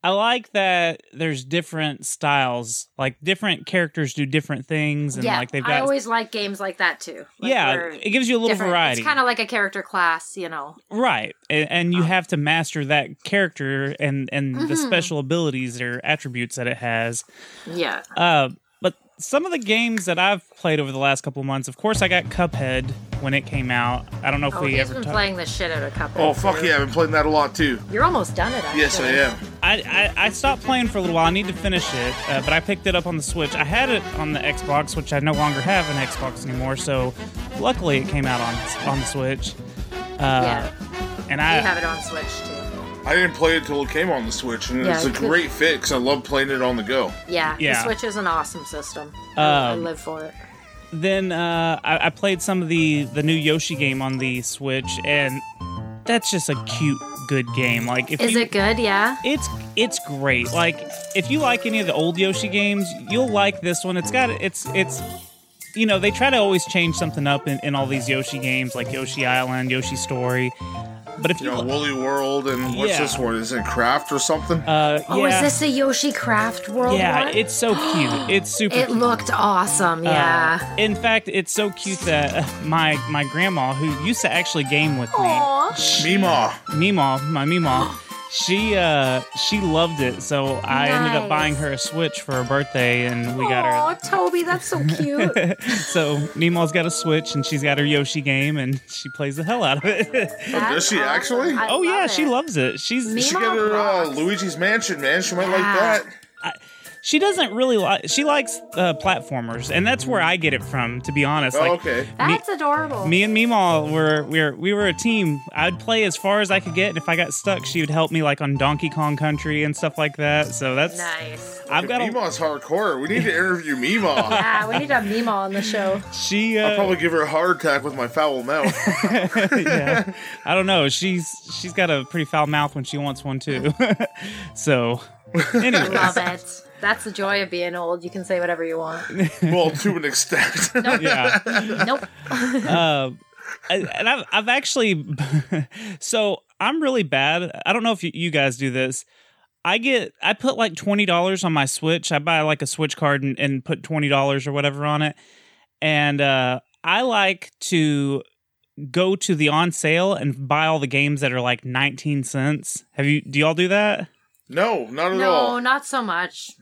Speaker 1: I like that there's different styles, like different characters do different things, and
Speaker 4: yeah,
Speaker 1: like they've
Speaker 4: I
Speaker 1: got.
Speaker 4: always like games like that too. Like,
Speaker 1: yeah,
Speaker 4: where
Speaker 1: it gives you a little
Speaker 4: different-
Speaker 1: variety,
Speaker 4: It's kind of like a character class, you know.
Speaker 1: right? And, and
Speaker 4: Uh-huh.
Speaker 1: you have to master that character and and the
Speaker 4: Mm-hmm.
Speaker 1: special abilities or attributes that it has.
Speaker 4: Yeah,
Speaker 1: Uh, but some of the games that I've played over the last couple of months, of course, I got Cuphead when it came out. I don't know if
Speaker 4: oh,
Speaker 1: we
Speaker 4: he's
Speaker 1: ever
Speaker 4: been
Speaker 1: talked.
Speaker 4: playing the shit out of Cuphead.
Speaker 2: Oh, fuck yeah, I've been playing that a lot too.
Speaker 4: You're almost done it. Actually.
Speaker 2: Yes, I am.
Speaker 1: I, I I stopped playing for a little while. I need to finish it, uh, but I picked it up on the Switch. I had it on the Xbox, which I no longer have an Xbox anymore. So luckily, it came out on on the Switch.
Speaker 4: Yeah,
Speaker 1: Uh, And I
Speaker 4: you have it on Switch too.
Speaker 2: I didn't play it till it came on the Switch, and
Speaker 4: Yeah,
Speaker 2: it's a
Speaker 4: it could-
Speaker 2: great fix. I love playing it on the go.
Speaker 4: Yeah,
Speaker 1: Yeah.
Speaker 4: the Switch is an awesome system. I I
Speaker 1: Um,
Speaker 4: live for it.
Speaker 1: then uh, I, I played some of the the new Yoshi game on the Switch, and that's just a cute, good game. Like if
Speaker 4: Is
Speaker 1: you,
Speaker 4: it good? Yeah.
Speaker 1: It's it's great. Like if you like any of the old Yoshi games, you'll like this one. It's got it's it's you know they try to always change something up in, in all these Yoshi games, like Yoshi Island, Yoshi Story. But if
Speaker 2: You
Speaker 1: you,
Speaker 2: know, Woolly World, and what's
Speaker 1: Yeah.
Speaker 2: this one? Is it Craft or something?
Speaker 1: uh,
Speaker 4: Oh,
Speaker 1: yeah,
Speaker 4: is this a Yoshi Craft World?
Speaker 1: yeah,
Speaker 4: one?
Speaker 1: it's so cute. It's super.
Speaker 4: It
Speaker 1: cute.
Speaker 4: looked awesome.
Speaker 1: Uh,
Speaker 4: Yeah.
Speaker 1: in fact, it's so cute that uh, my my grandma, who used to actually game with me,
Speaker 4: Aw.
Speaker 2: Meemaw.
Speaker 1: Mima, my Mima, she uh she loved it. So I ended up
Speaker 4: Nice.
Speaker 1: buying her a Switch for her birthday, and we got her
Speaker 4: Aw, Toby, that's so cute.
Speaker 1: So Nima's got a Switch and she's got her Yoshi game and she plays the hell out of it.
Speaker 4: That's
Speaker 2: she actually?
Speaker 4: I
Speaker 1: oh yeah,
Speaker 4: love
Speaker 1: she
Speaker 4: it.
Speaker 1: loves it. She's
Speaker 4: Me-
Speaker 2: She
Speaker 4: Meemaw
Speaker 2: got her uh,
Speaker 4: rocks.
Speaker 2: Luigi's Mansion, man. She might
Speaker 4: Yeah.
Speaker 2: like that.
Speaker 1: she doesn't really like she likes uh, platformers and that's where I get it from to be honest. Like
Speaker 2: oh, okay.
Speaker 4: That's adorable.
Speaker 1: me and Meemaw were we were we were a team. I'd play as far as I could get and if I got stuck she would help me like on Donkey Kong Country and stuff like that. So that's
Speaker 4: nice.
Speaker 1: I've got a,
Speaker 2: Meemaw's hardcore. We need to interview Meemaw.
Speaker 4: Yeah, we need to have Mima on the show.
Speaker 1: she uh,
Speaker 2: I'll probably give her a heart attack with my foul mouth.
Speaker 1: yeah. I don't know. She's she's got a pretty foul mouth when she wants one too. so anyway.
Speaker 4: Love it. That's the joy of being old. You can say whatever you want.
Speaker 2: well, to an extent.
Speaker 1: Yeah.
Speaker 4: Nope.
Speaker 1: uh, and I've, I've actually so i'm really bad i don't know if you, you guys do this i get i put like $20 on my switch i buy like a switch card and, and put $20 or whatever on it and uh, i like to go to the on sale and buy all the games that are like 19 cents have you do y'all do that
Speaker 2: no, not at
Speaker 4: No,
Speaker 1: Uh,
Speaker 2: all.
Speaker 4: not so much.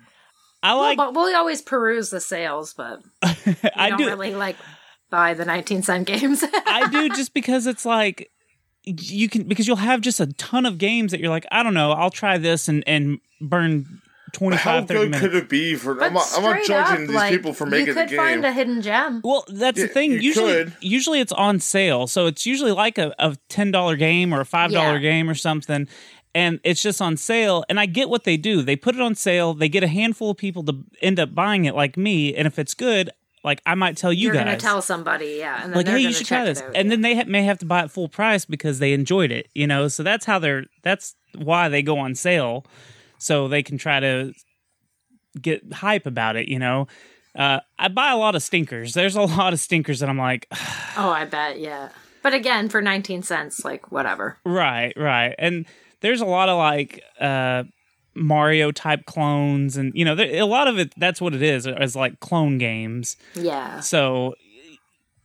Speaker 1: i like
Speaker 4: well, but we always peruse the sales, but we
Speaker 1: i
Speaker 4: don't
Speaker 1: do
Speaker 4: really like buy the 19 cent games.
Speaker 1: I do just because it's like you can because you'll have just a ton of games that you're like, I don't know, I'll try this and and burn 25
Speaker 2: How
Speaker 1: 30
Speaker 2: good
Speaker 1: minutes.
Speaker 2: could it be for? I'm not, I'm not
Speaker 4: straight
Speaker 2: judging
Speaker 4: up,
Speaker 2: these
Speaker 4: like,
Speaker 2: people for making
Speaker 4: You
Speaker 2: the
Speaker 4: could
Speaker 2: game.
Speaker 4: find a hidden gem.
Speaker 1: well, that's the
Speaker 2: Yeah,
Speaker 1: thing.
Speaker 2: you
Speaker 1: Usually,
Speaker 2: could.
Speaker 1: usually it's on sale, so it's usually like a, a ten dollar game or a five dollar
Speaker 4: Yeah.
Speaker 1: game or something, and it's just on sale. And I get what they do. They put it on sale. They get a handful of people to end up buying it, like me. And if it's good, like I might tell you
Speaker 4: are
Speaker 1: guys.
Speaker 4: gonna tell somebody, yeah, and then
Speaker 1: like
Speaker 4: they're
Speaker 1: hey you
Speaker 4: gonna
Speaker 1: should
Speaker 4: check
Speaker 1: try this
Speaker 4: it out,
Speaker 1: and
Speaker 4: yeah.
Speaker 1: then they ha- may have to buy it full price because they enjoyed it you know so that's how they're that's why they go on sale so they can try to get hype about it, you know. Uh, I buy a lot of stinkers. There's a lot of stinkers that I'm like,
Speaker 4: Oh, I bet, yeah. But again, for 19 cents, like whatever.
Speaker 1: Right, right. And there's a lot of like uh Mario type clones and you know, there, a lot of it that's what it is, is like clone games.
Speaker 4: Yeah.
Speaker 1: So,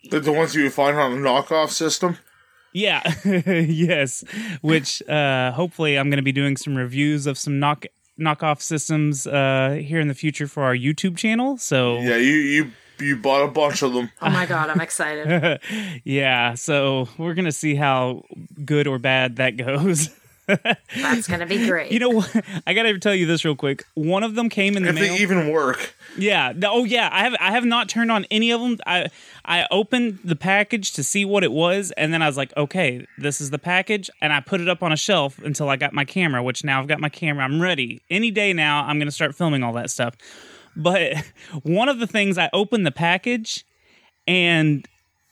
Speaker 2: The, the ones you find on a knockoff system.
Speaker 1: yeah. yes, which uh hopefully I'm going to be doing some reviews of some knock knockoff systems uh here in the future for our YouTube channel. So,
Speaker 2: Yeah, you you you bought a bunch of them.
Speaker 4: Oh my God, I'm excited.
Speaker 1: yeah, so we're going to see how good or bad that goes.
Speaker 4: That's going to be great.
Speaker 1: You know what? I got to tell you this real quick. One of them came in the
Speaker 2: If
Speaker 1: mail.
Speaker 2: they even work.
Speaker 1: Yeah. No- Oh, yeah. I have I have not turned on any of them. I I opened the package to see what it was, and then I was like, okay, this is the package, and I put it up on a shelf until I got my camera. Which now I've got my camera. I'm ready. Any day now, I'm gonna start filming all that stuff. But one of the things I opened the package, and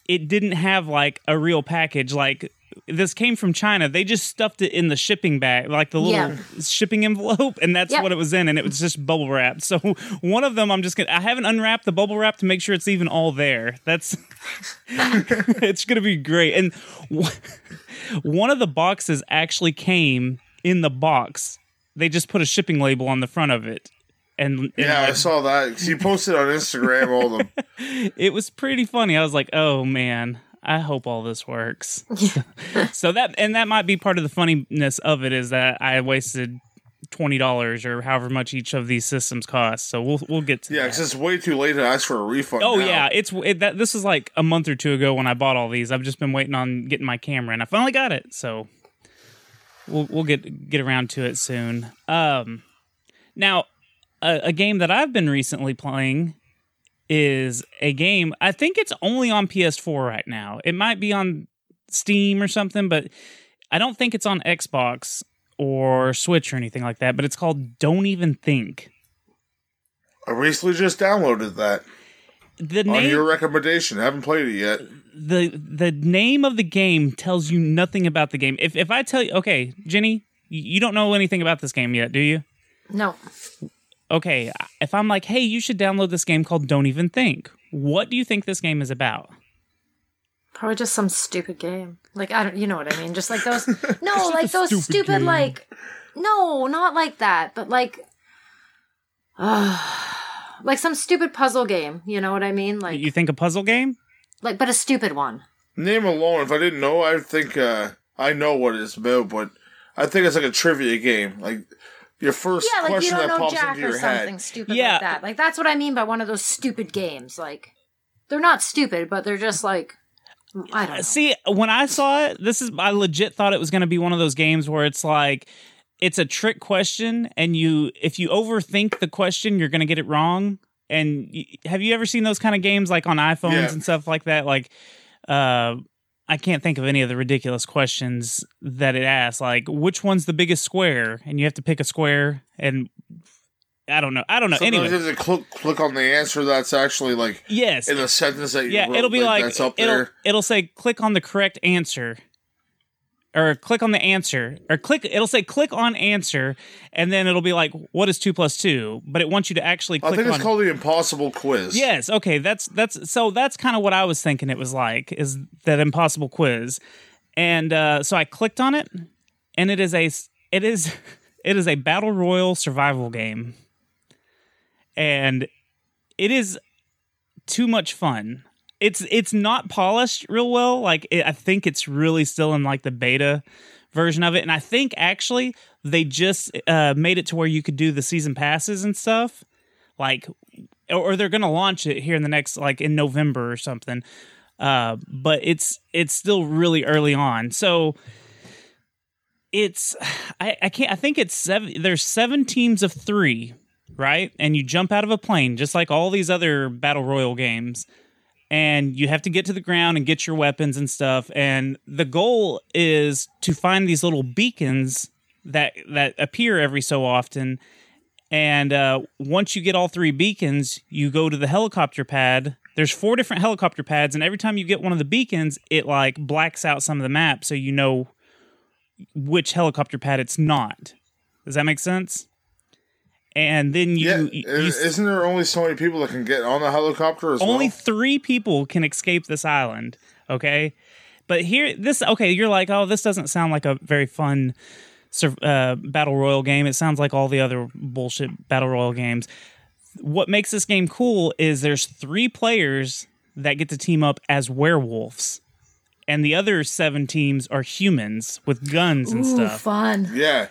Speaker 1: it didn't have like a real package. Like this came from China. They just stuffed it in the shipping bag, like the little
Speaker 4: Yeah.
Speaker 1: shipping envelope, and that's
Speaker 4: Yep.
Speaker 1: what it was in. And it was just bubble wrap. So one of them, I'm just gonna. I haven't unwrapped the bubble wrap to make sure it's even all there. That's it's gonna be great. And w- one of the boxes actually came in the box. They just put a shipping label on the front of it. And, and
Speaker 2: Yeah, I
Speaker 1: like,
Speaker 2: saw that 'cause you posted on Instagram all the
Speaker 1: it was pretty funny. I was like, oh man, I hope all this works. so that and that might be part of the funniness of it is that I wasted twenty dollars or however much each of these systems cost. So we'll we'll get to
Speaker 2: yeah,
Speaker 1: that.
Speaker 2: because it's way too late to ask for a refund.
Speaker 1: Oh
Speaker 2: now.
Speaker 1: yeah, it's it, that. This is like a month or two ago when I bought all these. I've just been waiting on getting my camera, and I finally got it. So we'll we'll get get around to it soon. Um, now a, a game that I've been recently playing is a game. I think it's only on PS4 right now. It might be on Steam or something, but I don't think it's on Xbox or Switch or anything like that. But it's called Don't Even Think.
Speaker 2: I recently just downloaded that
Speaker 1: The
Speaker 2: on
Speaker 1: name
Speaker 2: your recommendation. I haven't played it yet.
Speaker 1: the the name of the game tells you nothing about the game. If if I tell you, okay, Jenny, you you don't know anything about this game yet, do you?
Speaker 4: no.
Speaker 1: Okay, if I'm like, hey, you should download this game called Don't Even Think. What do you think this game is about?
Speaker 4: Probably just some stupid game. Like I don't, you know what I mean? Just like those, no, like those stupid, like, no, not like that, but like, ah, like some stupid puzzle game. You know what I mean? Like,
Speaker 1: You think a puzzle game?
Speaker 4: like, but a stupid one.
Speaker 2: Name alone, if I didn't know, I think uh, I know what it's about, but I think it's like a trivia game. Like your first
Speaker 4: Yeah, like you
Speaker 2: question
Speaker 4: don't
Speaker 2: that
Speaker 4: know
Speaker 2: pops
Speaker 4: Jack
Speaker 2: into
Speaker 4: or
Speaker 2: your
Speaker 4: something
Speaker 2: head.
Speaker 4: stupid
Speaker 1: Yeah.
Speaker 4: like that. Like that's what I mean by one of those stupid games. Like, they're not stupid, but they're just like, I don't know.
Speaker 1: Uh, See, when I saw it, this is I legit thought it was going to be one of those games where it's like it's a trick question and you if you overthink the question, you're going to get it wrong. And y have you ever seen those kind of games like on iPhones
Speaker 2: Yeah.
Speaker 1: and stuff like that like uh I can't think of any of the ridiculous questions that it asks like which one's the biggest square and you have to pick a square and I don't know. I don't know.
Speaker 2: Sometimes
Speaker 1: anyway,
Speaker 2: you have to click, click on the answer that's actually like
Speaker 1: yes.
Speaker 2: in the sentence that you
Speaker 1: Yeah,
Speaker 2: wrote,
Speaker 1: it'll be like,
Speaker 2: that's up
Speaker 1: it'll
Speaker 2: there.
Speaker 1: it'll say click on the correct answer, or click on the answer, or click. It'll say click on answer, and then it'll be like, what is two plus two? But it wants you to actually. click
Speaker 2: I think
Speaker 1: on
Speaker 2: it's called the Impossible Quiz.
Speaker 1: Yes. Okay. That's that's so that's kind of what I was thinking it was like is that impossible quiz, and uh, so I clicked on it, and it is a s- it is it is a battle royal survival game, and it is too much fun. It's it's not polished real well. Like it, I think it's really still in like the beta version of it, and I think actually they just uh, made it to where you could do the season passes and stuff like or- or they're gonna launch it here in the next like in november or something uh but it's it's still really early on so it's i i can't i think it's seven there's seven teams of three right and you jump out of a plane just like all these other battle royal games and you have to get to the ground and get your weapons and stuff and the goal is to find these little beacons that that appear every so often and uh, once you get all three beacons, you go to the helicopter pad. There's four different helicopter pads, and every time you get one of the beacons, it like blacks out some of the map so you know which helicopter pad it's not. Does that make sense? and then you,
Speaker 2: yeah,
Speaker 1: you-
Speaker 2: i-
Speaker 1: you-
Speaker 2: isn't there only so many people that can get on the helicopter as
Speaker 1: only
Speaker 2: well?
Speaker 1: three people can escape this island. Okay, but here this okay, you're like, oh, this doesn't sound like a very fun sur- uh, battle royal game. It sounds like all the other bullshit battle royal games. What makes this game cool is there's three players that get to team up as werewolves, and the other seven teams are humans with guns and
Speaker 4: Ooh,
Speaker 1: stuff.
Speaker 4: fun.
Speaker 2: yeah.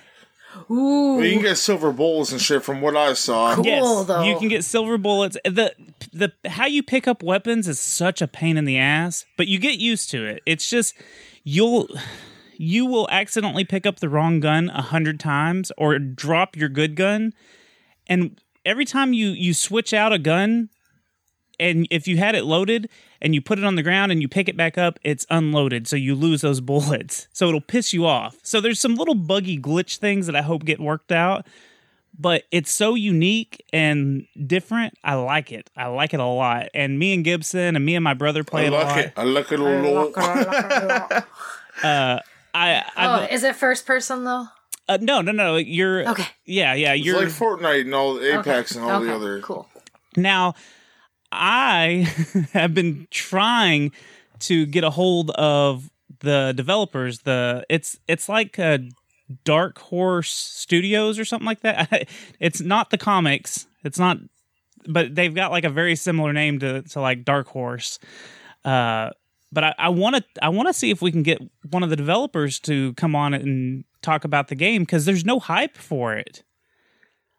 Speaker 4: Ooh,
Speaker 2: Well, you can get silver bowls and shit from what I saw.
Speaker 4: Cool.
Speaker 1: Yes,
Speaker 4: though.
Speaker 1: you can get silver bullets. The the how you pick up weapons is such a pain in the ass, but you get used to it. It's just you'll you will accidentally pick up the wrong gun a hundred times or drop your good gun, and every time you you switch out a gun, and if you had it loaded and you put it on the ground and you pick it back up, it's unloaded, so you lose those bullets. So it'll piss you off. So there's some little buggy glitch things that I hope get worked out but it's so unique and different. I like it. I like it a lot. And me and Gibson and me and my brother play
Speaker 2: I
Speaker 1: it a
Speaker 2: like
Speaker 1: lot.
Speaker 2: it. I like it a lot.
Speaker 4: oh,
Speaker 1: Uh, I, I
Speaker 4: is it first person though?
Speaker 1: uh, no no no. You're
Speaker 4: Okay.
Speaker 1: Yeah yeah.
Speaker 2: It's
Speaker 1: You're
Speaker 2: like Fortnite and all Apex and all
Speaker 4: Okay,
Speaker 2: the other.
Speaker 4: cool.
Speaker 1: now. I have been trying to get a hold of the developers. The it's it's like uh Dark Horse Studios or something like that. it's not the comics. It's not, but they've got like a very similar name to to like Dark Horse. Uh, but I want to I want to see if we can get one of the developers to come on and talk about the game because there's no hype for it.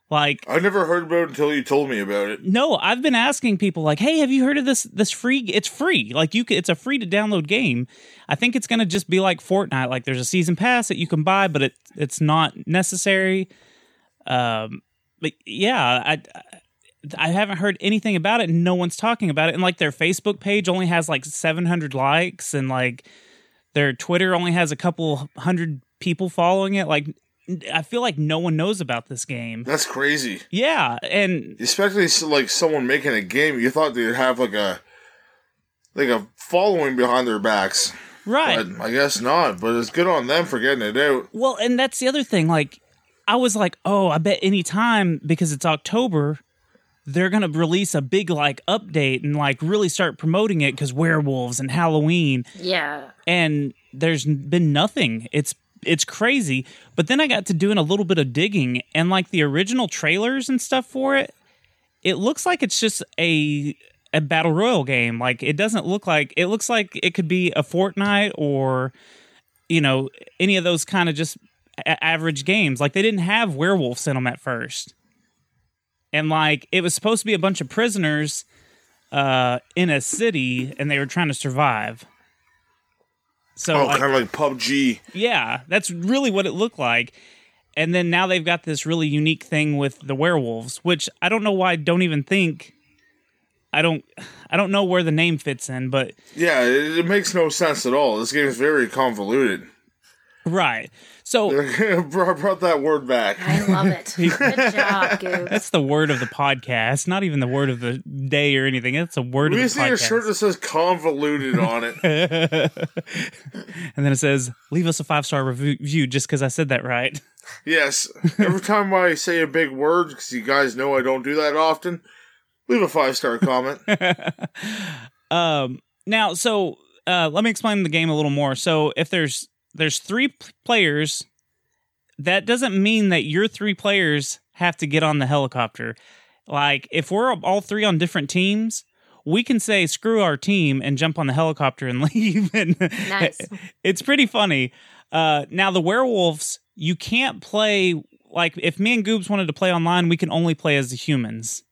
Speaker 1: Like
Speaker 2: I never heard about it until you told me about it.
Speaker 1: no, I've been asking people like, "Hey, have you heard of this this free it's free. Like you c- it's a free to download game. I think it's going to just be like Fortnite. Like there's a season pass that you can buy, but it it's not necessary." Um but yeah, I I haven't heard anything about it and no one's talking about it. And like their Facebook page only has like 700 likes and like their Twitter only has a couple hundred people following it. Like I feel like no one knows about this game.
Speaker 2: That's crazy.
Speaker 1: Yeah, and
Speaker 2: Especially s- like someone making a game, you thought they'd have like a like a following behind their backs.
Speaker 1: right.
Speaker 2: But I guess not. But it's good on them for getting it out.
Speaker 1: Well, and that's the other thing. Like, I was like, oh, I bet any time because it's October, they're gonna release a big like update and like really start promoting it because werewolves and Halloween.
Speaker 4: Yeah.
Speaker 1: And there's been nothing. It's it's crazy. But then I got to doing a little bit of digging and like the original trailers and stuff for it. It looks like it's just a a battle royal game. Like it doesn't look like it looks like it could be a Fortnite or you know any of those kind of just a- average games like they didn't have werewolves in them at first and like it was supposed to be a bunch of prisoners uh in a city and they were trying to survive so
Speaker 2: Oh,
Speaker 1: like,
Speaker 2: kind of like PUBG.
Speaker 1: yeah that's really what it looked like and then now they've got this really unique thing with the werewolves which i don't know why i don't even think i don't i don't know where the name fits in but
Speaker 2: Yeah, it, it makes no sense at all. This game is very convoluted.
Speaker 1: right so
Speaker 2: I brought that word back.
Speaker 4: I love it. Good job, Goop.
Speaker 1: That's the word of the podcast, not even the word of the day or anything. That's a word
Speaker 2: We
Speaker 1: of
Speaker 2: just
Speaker 1: the
Speaker 2: need
Speaker 1: podcast.
Speaker 2: a shirt that says convoluted on it.
Speaker 1: and then it says, "Leave us a five star review just because I said that right."
Speaker 2: Yes. Every time I say a big word, because you guys know I don't do that often, leave a five star comment.
Speaker 1: Um, now, so uh, let me explain the game a little more. So if there's there's three p- players, that doesn't mean that your three players have to get on the helicopter. Like if we're all three on different teams. We can say screw our team and jump on the helicopter and leave. And
Speaker 4: Nice.
Speaker 1: it's pretty funny. Uh, now the werewolves, you can't play like if me and Goobs wanted to play online, we can only play as the humans.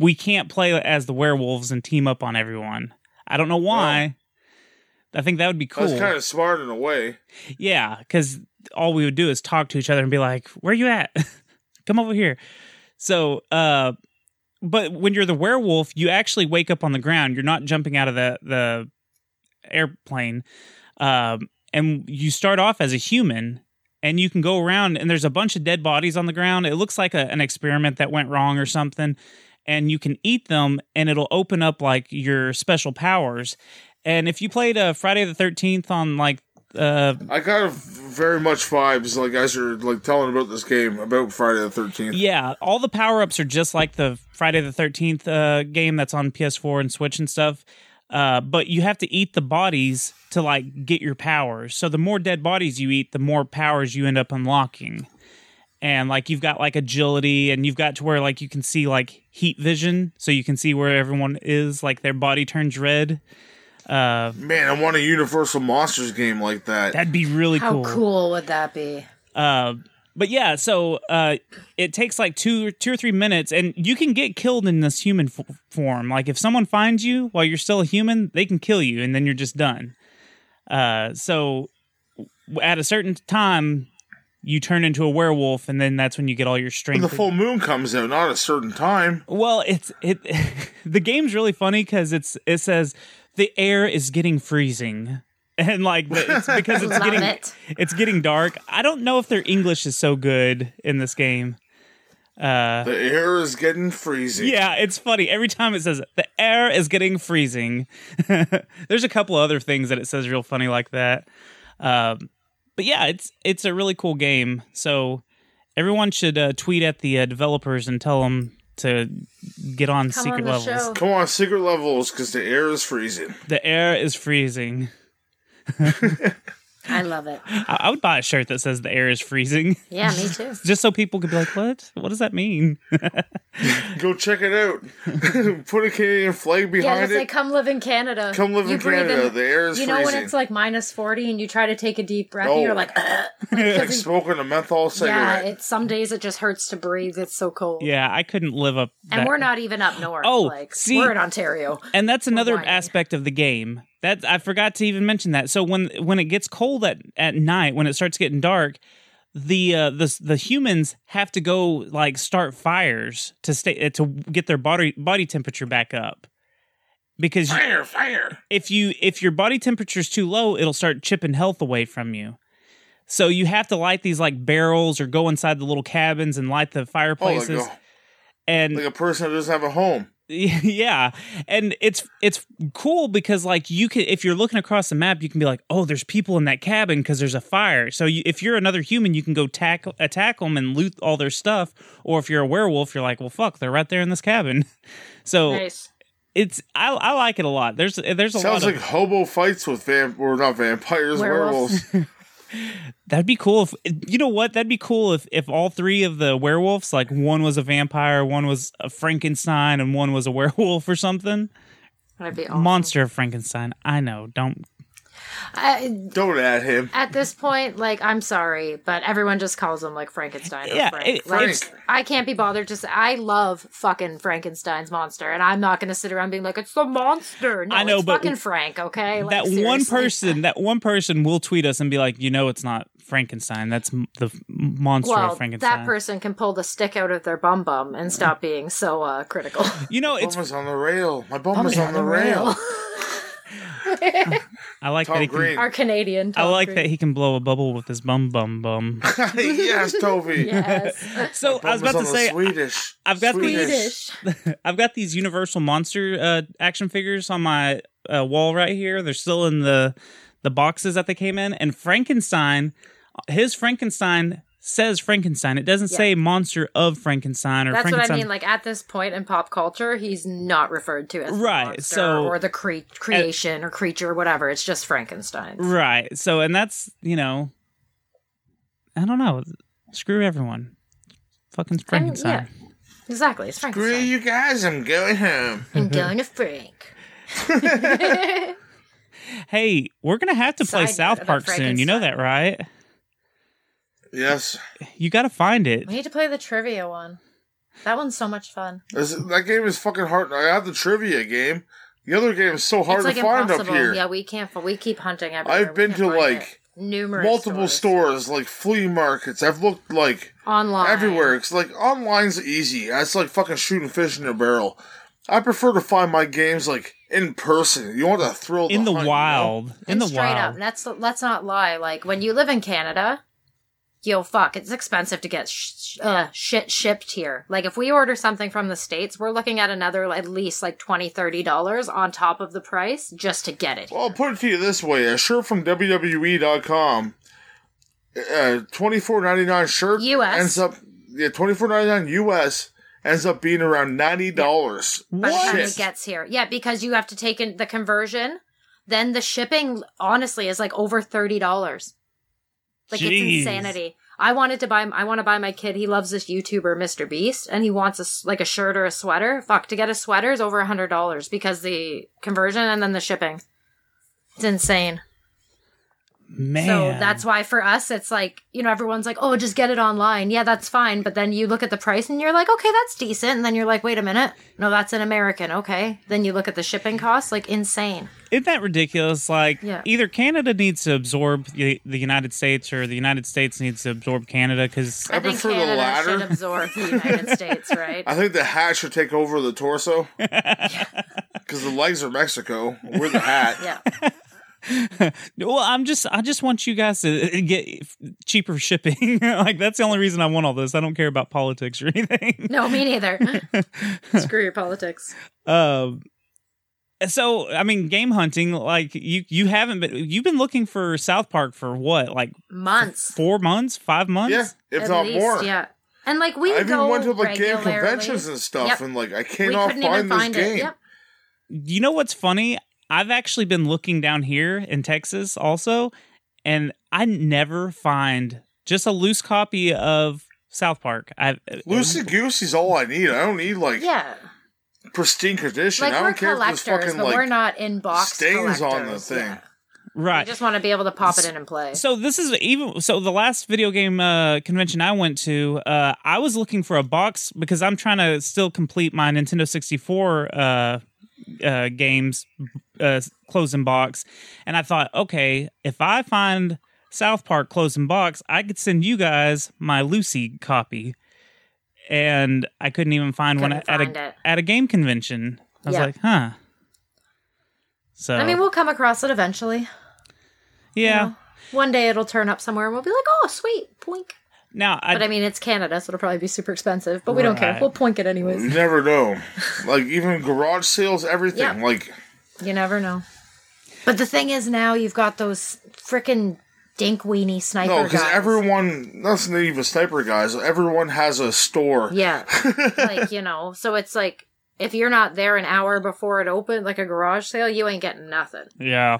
Speaker 1: We can't play as the werewolves and team up on everyone. I don't know why. I think that would be cool.
Speaker 2: That's kind of smart in a way.
Speaker 1: Yeah, because all we would do is talk to each other and be like, "Where you at? Come over here." So, uh, but when you're the werewolf, you actually wake up on the ground. You're not jumping out of the the airplane, um, and you start off as a human. And you can go around, and there's a bunch of dead bodies on the ground. It looks like a, an experiment that went wrong or something. And you can eat them, and it'll open up like your special powers. And if you played uh, Friday the 13th on like uh,
Speaker 2: I got a very much vibes like as you're like telling about this game about Friday the Thirteenth.
Speaker 1: Yeah, all the power ups are just like the Friday the Thirteenth uh, game that's on PS4 and Switch and stuff. Uh, but you have to eat the bodies to like get your powers. So the more dead bodies you eat, the more powers you end up unlocking. And like you've got like agility, and you've got to where like you can see like heat vision, so you can see where everyone is. Like their body turns red. Uh,
Speaker 2: Man, I want a Universal Monsters game like that.
Speaker 1: that'd be really
Speaker 4: How cool would that be?
Speaker 1: Uh, but yeah, so uh, it takes like two, two or three minutes, and you can get killed in this human f- form. Like if someone finds you while you're still a human, they can kill you, and then you're just done. Uh, so w- at a certain time, you turn into a werewolf, and then that's when you get all your strength.
Speaker 2: When the full moon comes out, not at a certain time.
Speaker 1: Well, it's it. the game's really funny because it's it says the air is getting freezing, and like the- it's because it's
Speaker 4: Love
Speaker 1: getting
Speaker 4: it.
Speaker 1: it's getting dark. I don't know if their English is so good in this game.
Speaker 2: The air is getting freezing.
Speaker 1: Uh. Yeah, it's funny every time it says the air is getting freezing. There's a couple other things that it says real funny like that. Um, but yeah, it's it's a really cool game. So everyone should uh, tweet at the uh, developers and tell them to get on
Speaker 4: Come
Speaker 1: secret
Speaker 4: on the
Speaker 1: levels.
Speaker 4: show.
Speaker 2: Come on, secret levels, because the air is freezing.
Speaker 1: The air is freezing.
Speaker 4: I love it.
Speaker 1: I, I would buy a shirt that says the air is freezing,
Speaker 4: Yeah, me too.
Speaker 1: just so people could be like, "What? What does that mean?"
Speaker 2: Go check it out. Put a Canadian flag
Speaker 4: Yeah,
Speaker 2: behind
Speaker 4: just say
Speaker 2: it.
Speaker 4: come live in Canada.
Speaker 2: Come live
Speaker 4: You
Speaker 2: in
Speaker 4: breathe
Speaker 2: Canada. the air is
Speaker 4: you know
Speaker 2: freezing.
Speaker 4: when it's like minus forty and you try to take a deep breath,
Speaker 2: Oh.
Speaker 4: and you're like, "Ugh."
Speaker 2: like smoking a menthol
Speaker 4: yeah.
Speaker 2: cigarette.
Speaker 4: It's some days it just hurts to breathe. It's so cold.
Speaker 1: yeah, I couldn't live up.
Speaker 4: And
Speaker 1: that-
Speaker 4: we're not even up north.
Speaker 1: Oh,
Speaker 4: like
Speaker 1: see-
Speaker 4: we're in Ontario.
Speaker 1: and that's another
Speaker 4: whining.
Speaker 1: aspect of the game that I forgot to even mention that. So when when it gets cold at, at night, when it starts getting dark, the uh, the the humans have to go like start fires to stay uh, to get their body body temperature back up because
Speaker 2: Fire, fire.
Speaker 1: if you if your body temperature's too low, it'll start chipping health away from you. So you have to light these like barrels or go inside the little cabins and light the
Speaker 2: Oh, like
Speaker 1: fireplaces.
Speaker 2: a,
Speaker 1: and
Speaker 2: like a person who doesn't have a home.
Speaker 1: yeah and it's it's cool because like you can if you're looking across the map you can be like oh there's people in that cabin because there's a fire so you, if you're another human you can go tackle attack them and loot all their stuff or if you're a werewolf you're like well fuck they're right there in this cabin so
Speaker 4: Nice.
Speaker 1: it's I, I like it a lot there's there's a
Speaker 2: Sounds
Speaker 1: lot
Speaker 2: like
Speaker 1: of
Speaker 2: hobo fights with vamp or not vampires,
Speaker 4: Werewolves.
Speaker 2: werewolves.
Speaker 1: that'd be cool if you know what that'd be cool if if all three of the werewolves like one was a vampire one was a frankenstein and one was a werewolf or something
Speaker 4: That'd be awesome.
Speaker 1: monster of frankenstein i know don't
Speaker 4: I,
Speaker 2: Don't at him.
Speaker 4: at this point, like I'm sorry, but everyone just calls him like Frankenstein. Or
Speaker 1: Yeah,
Speaker 4: Frank.
Speaker 1: it-
Speaker 4: Like,
Speaker 2: it's-
Speaker 4: I can't be bothered. Just I love fucking Frankenstein's monster, and I'm not going to sit around being like it's the monster. No,
Speaker 1: I know,
Speaker 4: it's
Speaker 1: but
Speaker 4: fucking Frank. Okay, Like,
Speaker 1: that one
Speaker 4: seriously.
Speaker 1: person that one person will tweet us and be like you know it's not frankenstein that's m- the f- monster
Speaker 4: Well,
Speaker 1: of frankenstein
Speaker 4: that person can pull the stick out of their bum bum and stop being so uh, critical.
Speaker 1: you know it's
Speaker 2: Bum is on the rail. My bum is on the rail.
Speaker 1: i like that
Speaker 2: Tom
Speaker 1: he can,
Speaker 2: Green.
Speaker 4: Our Canadian.
Speaker 1: i
Speaker 4: Tom
Speaker 1: like that
Speaker 4: Cruise.
Speaker 1: he can blow a bubble with his bum bum bum
Speaker 2: yes, Toby.
Speaker 4: Yes,
Speaker 1: so i was
Speaker 2: Bum is
Speaker 1: about
Speaker 2: on
Speaker 1: to
Speaker 2: the
Speaker 1: say
Speaker 2: Swedish.
Speaker 1: I've got these-
Speaker 4: Swedish.
Speaker 1: i've got these universal monster uh, action figures on my uh, wall right here they're still in the the boxes that they came in and frankenstein his frankenstein says frankenstein it doesn't say monster of frankenstein or
Speaker 4: That's what I
Speaker 1: frankenstein
Speaker 4: mean. Like at this point in pop culture, he's not referred to as the
Speaker 1: Right,
Speaker 4: monster
Speaker 1: so-
Speaker 4: or the cre- creation or creature, whatever. It's just Frankenstein.
Speaker 1: Right. So, and that's, you know, I don't know. Screw everyone. Fucking Frankenstein.
Speaker 4: Exactly, it's
Speaker 2: Screw
Speaker 4: Frankenstein.
Speaker 2: you guys, I'm going home.
Speaker 4: I'm going to Frank.
Speaker 1: Hey, we're going to have to play
Speaker 4: Side note
Speaker 1: South
Speaker 4: about
Speaker 1: Park soon. You know that, right?
Speaker 2: Yes.
Speaker 1: You got to find it.
Speaker 4: We need to play the trivia one. That one's so much fun.
Speaker 2: This- that game is fucking hard. I have the trivia game. The other game is so hard
Speaker 4: it's like
Speaker 2: to find
Speaker 4: impossible.
Speaker 2: up here.
Speaker 4: Yeah, we can't. fi- We keep hunting everywhere.
Speaker 2: I've
Speaker 4: We
Speaker 2: been
Speaker 4: can't
Speaker 2: to
Speaker 4: find
Speaker 2: like
Speaker 4: it. numerous
Speaker 2: multiple
Speaker 4: stores
Speaker 2: stores. like flea markets. I've looked like
Speaker 4: online
Speaker 2: everywhere. It's like online's easy. It's like fucking shooting fish in a barrel. I prefer to find my games like in person. You want the thrill of
Speaker 1: In the
Speaker 2: hunt, you know?
Speaker 1: wild. In
Speaker 4: And
Speaker 1: the
Speaker 4: straight up
Speaker 1: wild.
Speaker 4: let's let's not lie like when you live in canada yo, fuck, it's expensive to get sh- uh, shit shipped here. Like, if we order something from the States, we're looking at another, at least like $20, $30 on top of the price just to get it.
Speaker 2: Well, I'll put it to you this way: a shirt from WWE.com, uh, twenty four ninety nine shirt
Speaker 4: US.
Speaker 2: ends up yeah twenty four ninety nine US ends up being around ninety dollars.
Speaker 4: by the time
Speaker 2: Shit.
Speaker 4: it gets here. Yeah, because you have to take in the conversion, then the shipping honestly is like over thirty dollars. Like
Speaker 1: Jeez.
Speaker 4: it's insanity. I wanted to buy. I want to buy my kid. He loves this YouTuber, Mr. Beast, and he wants a s like a shirt or a sweater. Fuck, to get a sweater is over a hundred dollars because the conversion and then the shipping. It's insane.
Speaker 1: Man,
Speaker 4: So that's why for us, it's like, you know, everyone's like, oh, just get it online. Yeah, that's fine. But then you look at the price and you're like, okay, that's decent. And then you're like, wait a minute. No, that's an American. Okay. Then you look at the shipping costs, like insane.
Speaker 1: isn't that ridiculous? Like,
Speaker 4: Yeah.
Speaker 1: either Canada needs to absorb the, the United States, or the United States needs to absorb Canada. Because
Speaker 4: I,
Speaker 2: I
Speaker 4: think
Speaker 2: prefer the
Speaker 4: Canada
Speaker 2: latter.
Speaker 4: should absorb the United States, right?
Speaker 2: I think the hat should take over the torso because the legs are Mexico. We're the hat.
Speaker 4: Yeah.
Speaker 1: well, I'm just I just want you guys to uh, get cheaper shipping. like that's the only reason I want all this. I don't care about politics or anything.
Speaker 4: No, me neither. Screw your politics.
Speaker 1: Um, so I mean, game hunting. Like you you haven't been you've been looking for South Park for what like
Speaker 4: Months.
Speaker 1: four months, five months.
Speaker 2: Yeah, if
Speaker 4: at
Speaker 2: not
Speaker 4: least,
Speaker 2: more.
Speaker 4: Yeah. And like we
Speaker 2: I
Speaker 4: go
Speaker 2: even went to like game
Speaker 4: regularly.
Speaker 2: conventions and stuff,
Speaker 4: Yep.
Speaker 2: and like I
Speaker 4: we
Speaker 2: cannot
Speaker 4: couldn't
Speaker 2: find
Speaker 4: even
Speaker 2: this
Speaker 4: find
Speaker 2: game.
Speaker 4: it. Yep.
Speaker 1: You know what's funny? I've actually been looking down here in Texas also, and I never find just a loose copy of South Park. I uh,
Speaker 2: Lucy Goosey's all I need. I don't need like
Speaker 4: Yeah.
Speaker 2: pristine condition.
Speaker 4: Like
Speaker 2: I
Speaker 4: we're
Speaker 2: don't care if there's
Speaker 4: collectors,
Speaker 2: fucking
Speaker 4: but we're
Speaker 2: like
Speaker 4: not in box
Speaker 2: stains on the
Speaker 4: collectors.
Speaker 2: thing.
Speaker 4: Yeah. I
Speaker 1: right.
Speaker 4: just want to be able to pop it in and play.
Speaker 1: So this is even so the last video game uh, convention I went to, uh, I was looking for a box because I'm trying to still complete my Nintendo 64 uh, uh, games uh, closing box, and I thought, okay, if I find South Park closing box, I could send you guys my Lucy copy, and I couldn't even find one
Speaker 4: Couldn't
Speaker 1: at
Speaker 4: find
Speaker 1: a
Speaker 4: it.
Speaker 1: at a game convention. I was
Speaker 4: Yeah.
Speaker 1: like, huh. So
Speaker 4: I mean, we'll come across it eventually.
Speaker 1: yeah.
Speaker 4: One day it'll turn up somewhere and we'll be like, oh, sweet, poink.
Speaker 1: Now I,
Speaker 4: But I mean, it's Canada, so it'll probably be super expensive, but we don't care.
Speaker 1: Right.
Speaker 4: We'll poink it
Speaker 2: you
Speaker 4: anyways.
Speaker 2: never know. like even garage sales, everything.
Speaker 4: Yeah.
Speaker 2: Like
Speaker 4: You never know. But the thing is, now you've got those frickin' dink weenie sniper
Speaker 2: no, because
Speaker 4: guys.
Speaker 2: everyone that's not even sniper guys. Everyone has a store.
Speaker 4: Yeah. like, you know, so it's like, if you're not there an hour before it opened, like a garage sale, you ain't getting nothing.
Speaker 1: yeah.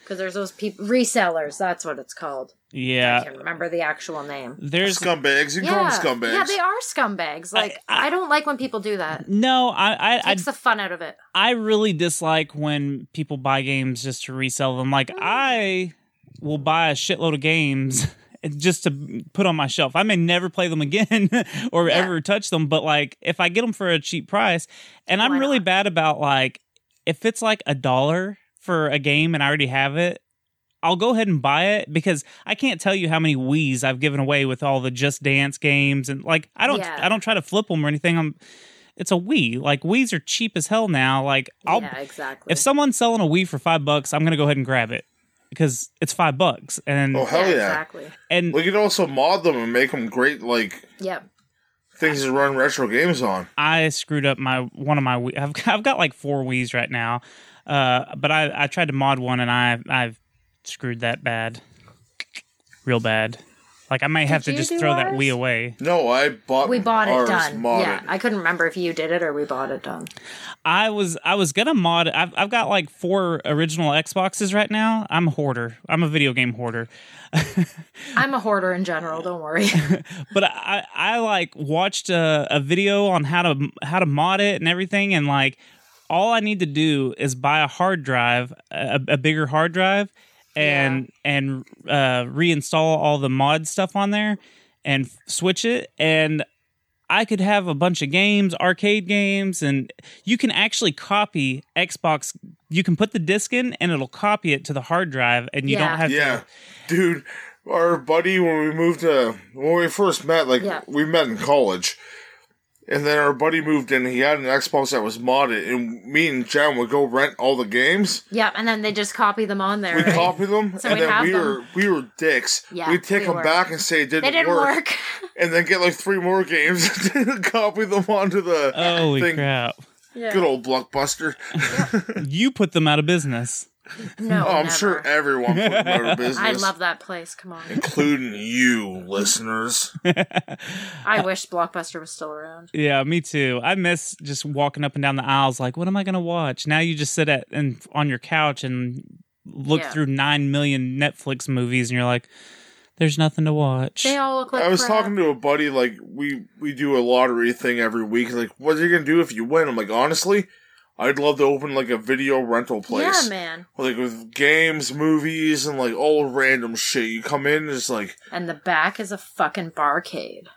Speaker 4: Because there's those people, resellers, that's what it's called. I
Speaker 1: Yeah,
Speaker 4: can't remember the actual name.
Speaker 1: There's
Speaker 2: Scumbags, you can call them scumbags.
Speaker 4: Yeah, they are scumbags. Like I, don't like when people do that. It
Speaker 1: no, I I, I
Speaker 4: takes the fun out of it.
Speaker 1: I really dislike when people buy games just to resell them.
Speaker 4: Mm.
Speaker 1: Like I will buy a shitload of games just to put on my shelf. I may never play them again or
Speaker 4: Yeah.
Speaker 1: ever touch them, but like if I get them for a cheap price, and I'm
Speaker 4: Why
Speaker 1: really
Speaker 4: not?
Speaker 1: bad about like if it's like a dollar for a game and I already have it, I'll go ahead and buy it because I can't tell you how many Wii's I've given away with all the Just Dance games and like I don't
Speaker 4: Yeah.
Speaker 1: I don't try to flip them or anything. I'm it's a Wii. Like Wii's are cheap as hell now. Like I'll
Speaker 4: yeah, exactly.
Speaker 1: if someone's selling a Wii for five bucks, I'm gonna go ahead and grab it because it's five bucks and
Speaker 2: Oh hell yeah!
Speaker 4: exactly.
Speaker 1: and
Speaker 2: We could also mod them and make them great, like
Speaker 4: Yep.
Speaker 2: things to run retro games on.
Speaker 1: I screwed up my one of my Wii. I've I've got like four Wii's right now, uh, but I I tried to mod one and I I've screwed that bad, real bad. Like I may have to
Speaker 4: you
Speaker 1: just
Speaker 4: do
Speaker 1: throw that
Speaker 4: ours?
Speaker 1: Wii away.
Speaker 2: No, I bought.
Speaker 4: We bought it
Speaker 2: ours
Speaker 4: done.
Speaker 2: modded.
Speaker 4: Yeah, I couldn't remember if you did it or we bought it done.
Speaker 1: I was I was gonna mod. I've I've got like four original Xboxes right now. I'm a hoarder. I'm a video game hoarder.
Speaker 4: I'm a hoarder in general. Don't worry.
Speaker 1: but I, I like watched a, a video on how to how to mod it and everything and like all i need to do is buy a hard drive a, a bigger hard drive and and uh, reinstall all the mod stuff on there and f- switch it and i could have a bunch of games arcade games and you can actually copy xbox you can put the disc in and it'll copy it to the hard drive and you
Speaker 4: Yeah.
Speaker 1: don't have
Speaker 2: Yeah,
Speaker 1: to
Speaker 2: dude, our buddy when we moved to when we first met, like
Speaker 4: Yeah.
Speaker 2: we met in college, And then our buddy moved in. He had an Xbox that was modded, and me and John would go rent all the games.
Speaker 4: Yeah, and then they just copy them on there.
Speaker 2: We
Speaker 4: right?
Speaker 2: copied them,
Speaker 4: So
Speaker 2: and
Speaker 4: we'd
Speaker 2: then
Speaker 4: have
Speaker 2: we
Speaker 4: them.
Speaker 2: were we were dicks.
Speaker 4: Yeah,
Speaker 2: we'd take
Speaker 4: we
Speaker 2: them
Speaker 4: were.
Speaker 2: back and say it didn't,
Speaker 4: They didn't
Speaker 2: work,
Speaker 4: work.
Speaker 2: and then get like three more games and copy them onto the
Speaker 1: Holy
Speaker 2: thing.
Speaker 1: crap.
Speaker 4: Yeah.
Speaker 2: Good old blockbuster.
Speaker 1: You put them out of business.
Speaker 4: No,
Speaker 2: Oh, I'm
Speaker 4: never.
Speaker 2: sure everyone put them out of business.
Speaker 4: I love that place. Come on.
Speaker 2: including you, listeners.
Speaker 4: I wish Blockbuster was still around.
Speaker 1: Yeah, me too. I miss just walking up and down the aisles like, what am I going to watch? Now you just sit at and on your couch and look
Speaker 4: Yeah.
Speaker 1: through 9 million Netflix movies and you're like, there's nothing to watch.
Speaker 4: They all look like
Speaker 2: I was
Speaker 4: crap.
Speaker 2: talking to a buddy, like we we do a lottery thing every week. He's Like, what are you gonna do if you win? I'm like, honestly, I'd love to open like a video rental place,
Speaker 4: Yeah, man.
Speaker 2: like with games, movies, and like all random shit. You come in, and it's like,
Speaker 4: And the back is a fucking barcade.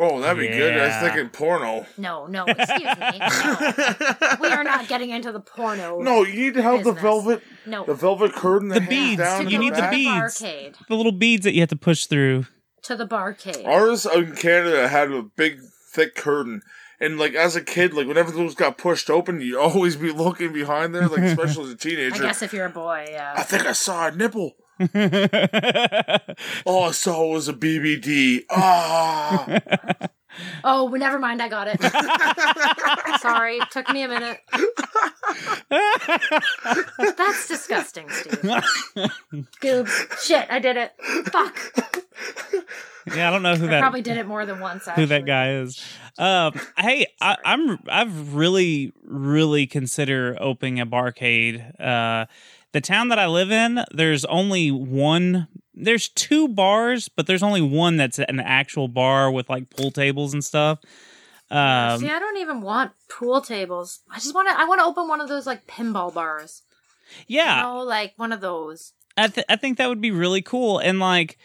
Speaker 2: oh, that'd be good. I
Speaker 1: Yeah.
Speaker 2: was thinking porno.
Speaker 4: No, no, excuse me. No. We are not getting into the porno.
Speaker 2: No, you need to have the
Speaker 4: Business.
Speaker 2: velvet,
Speaker 4: No.
Speaker 2: the velvet curtain
Speaker 1: The
Speaker 2: that hangs
Speaker 1: beads.
Speaker 2: down.
Speaker 4: to
Speaker 2: in
Speaker 1: You
Speaker 4: go
Speaker 1: need
Speaker 4: to
Speaker 1: the
Speaker 2: back.
Speaker 4: the
Speaker 1: beads.
Speaker 4: barcade.
Speaker 1: The little beads that you have to push through.
Speaker 4: To the barcade.
Speaker 2: Ours in Canada had a big, thick curtain. And like as a kid, like whenever those got pushed open, you always be looking behind there, like especially as a
Speaker 4: I
Speaker 2: teenager.
Speaker 4: guess if you're a boy,
Speaker 2: I
Speaker 4: yeah.
Speaker 2: think I saw a nipple. All I saw was a BBD. Ah,
Speaker 4: Oh, well, never mind. I got it. Sorry, took me a minute. That's disgusting, Steve. Goobs. Shit, I did it. Fuck.
Speaker 1: Yeah, I don't know who
Speaker 4: I
Speaker 1: that
Speaker 4: probably did it more than once. Actually.
Speaker 1: who that guy is. Um, hey, I, I'm I've really really consider opening a barcade. Uh, the town that I live in, there's only one. There's two bars, but there's only one that's an actual bar with like pool tables and stuff. Um,
Speaker 4: See, I don't even want pool tables. I just want to. I want to open one of those like pinball bars.
Speaker 1: yeah,
Speaker 4: You know, like one of those.
Speaker 1: I, th- I think that would be really cool. And like,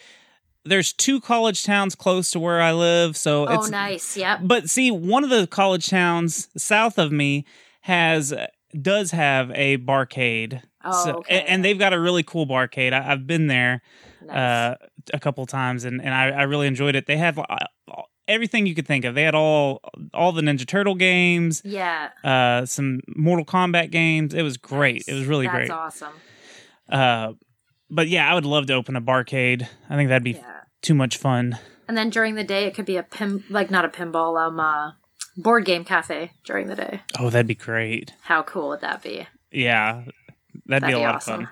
Speaker 1: there's two college towns close to where I live, so
Speaker 4: Oh,
Speaker 1: it's
Speaker 4: nice. Yep.
Speaker 1: But see, one of the college towns south of me has does have a barcade.
Speaker 4: Oh, okay.
Speaker 1: and, and they've got a really cool barcade. I, I've been there
Speaker 4: Nice.
Speaker 1: uh, a couple times, and, and I, I really enjoyed it. They had uh, everything you could think of. They had all all the Ninja Turtle games,
Speaker 4: yeah.
Speaker 1: uh, some Mortal Kombat games. It was great. It was really
Speaker 4: That's
Speaker 1: great.
Speaker 4: awesome.
Speaker 1: Uh, but yeah, I would love to open a barcade. I think that'd be
Speaker 4: Yeah.
Speaker 1: too much fun.
Speaker 4: And then during the day, it could be a pin, like not a pinball, um, uh, board game cafe during the day.
Speaker 1: Oh, that'd be great.
Speaker 4: How cool would that be?
Speaker 1: Yeah, that'd, be
Speaker 4: That'd
Speaker 1: a
Speaker 4: be
Speaker 1: lot
Speaker 4: awesome.
Speaker 1: of fun.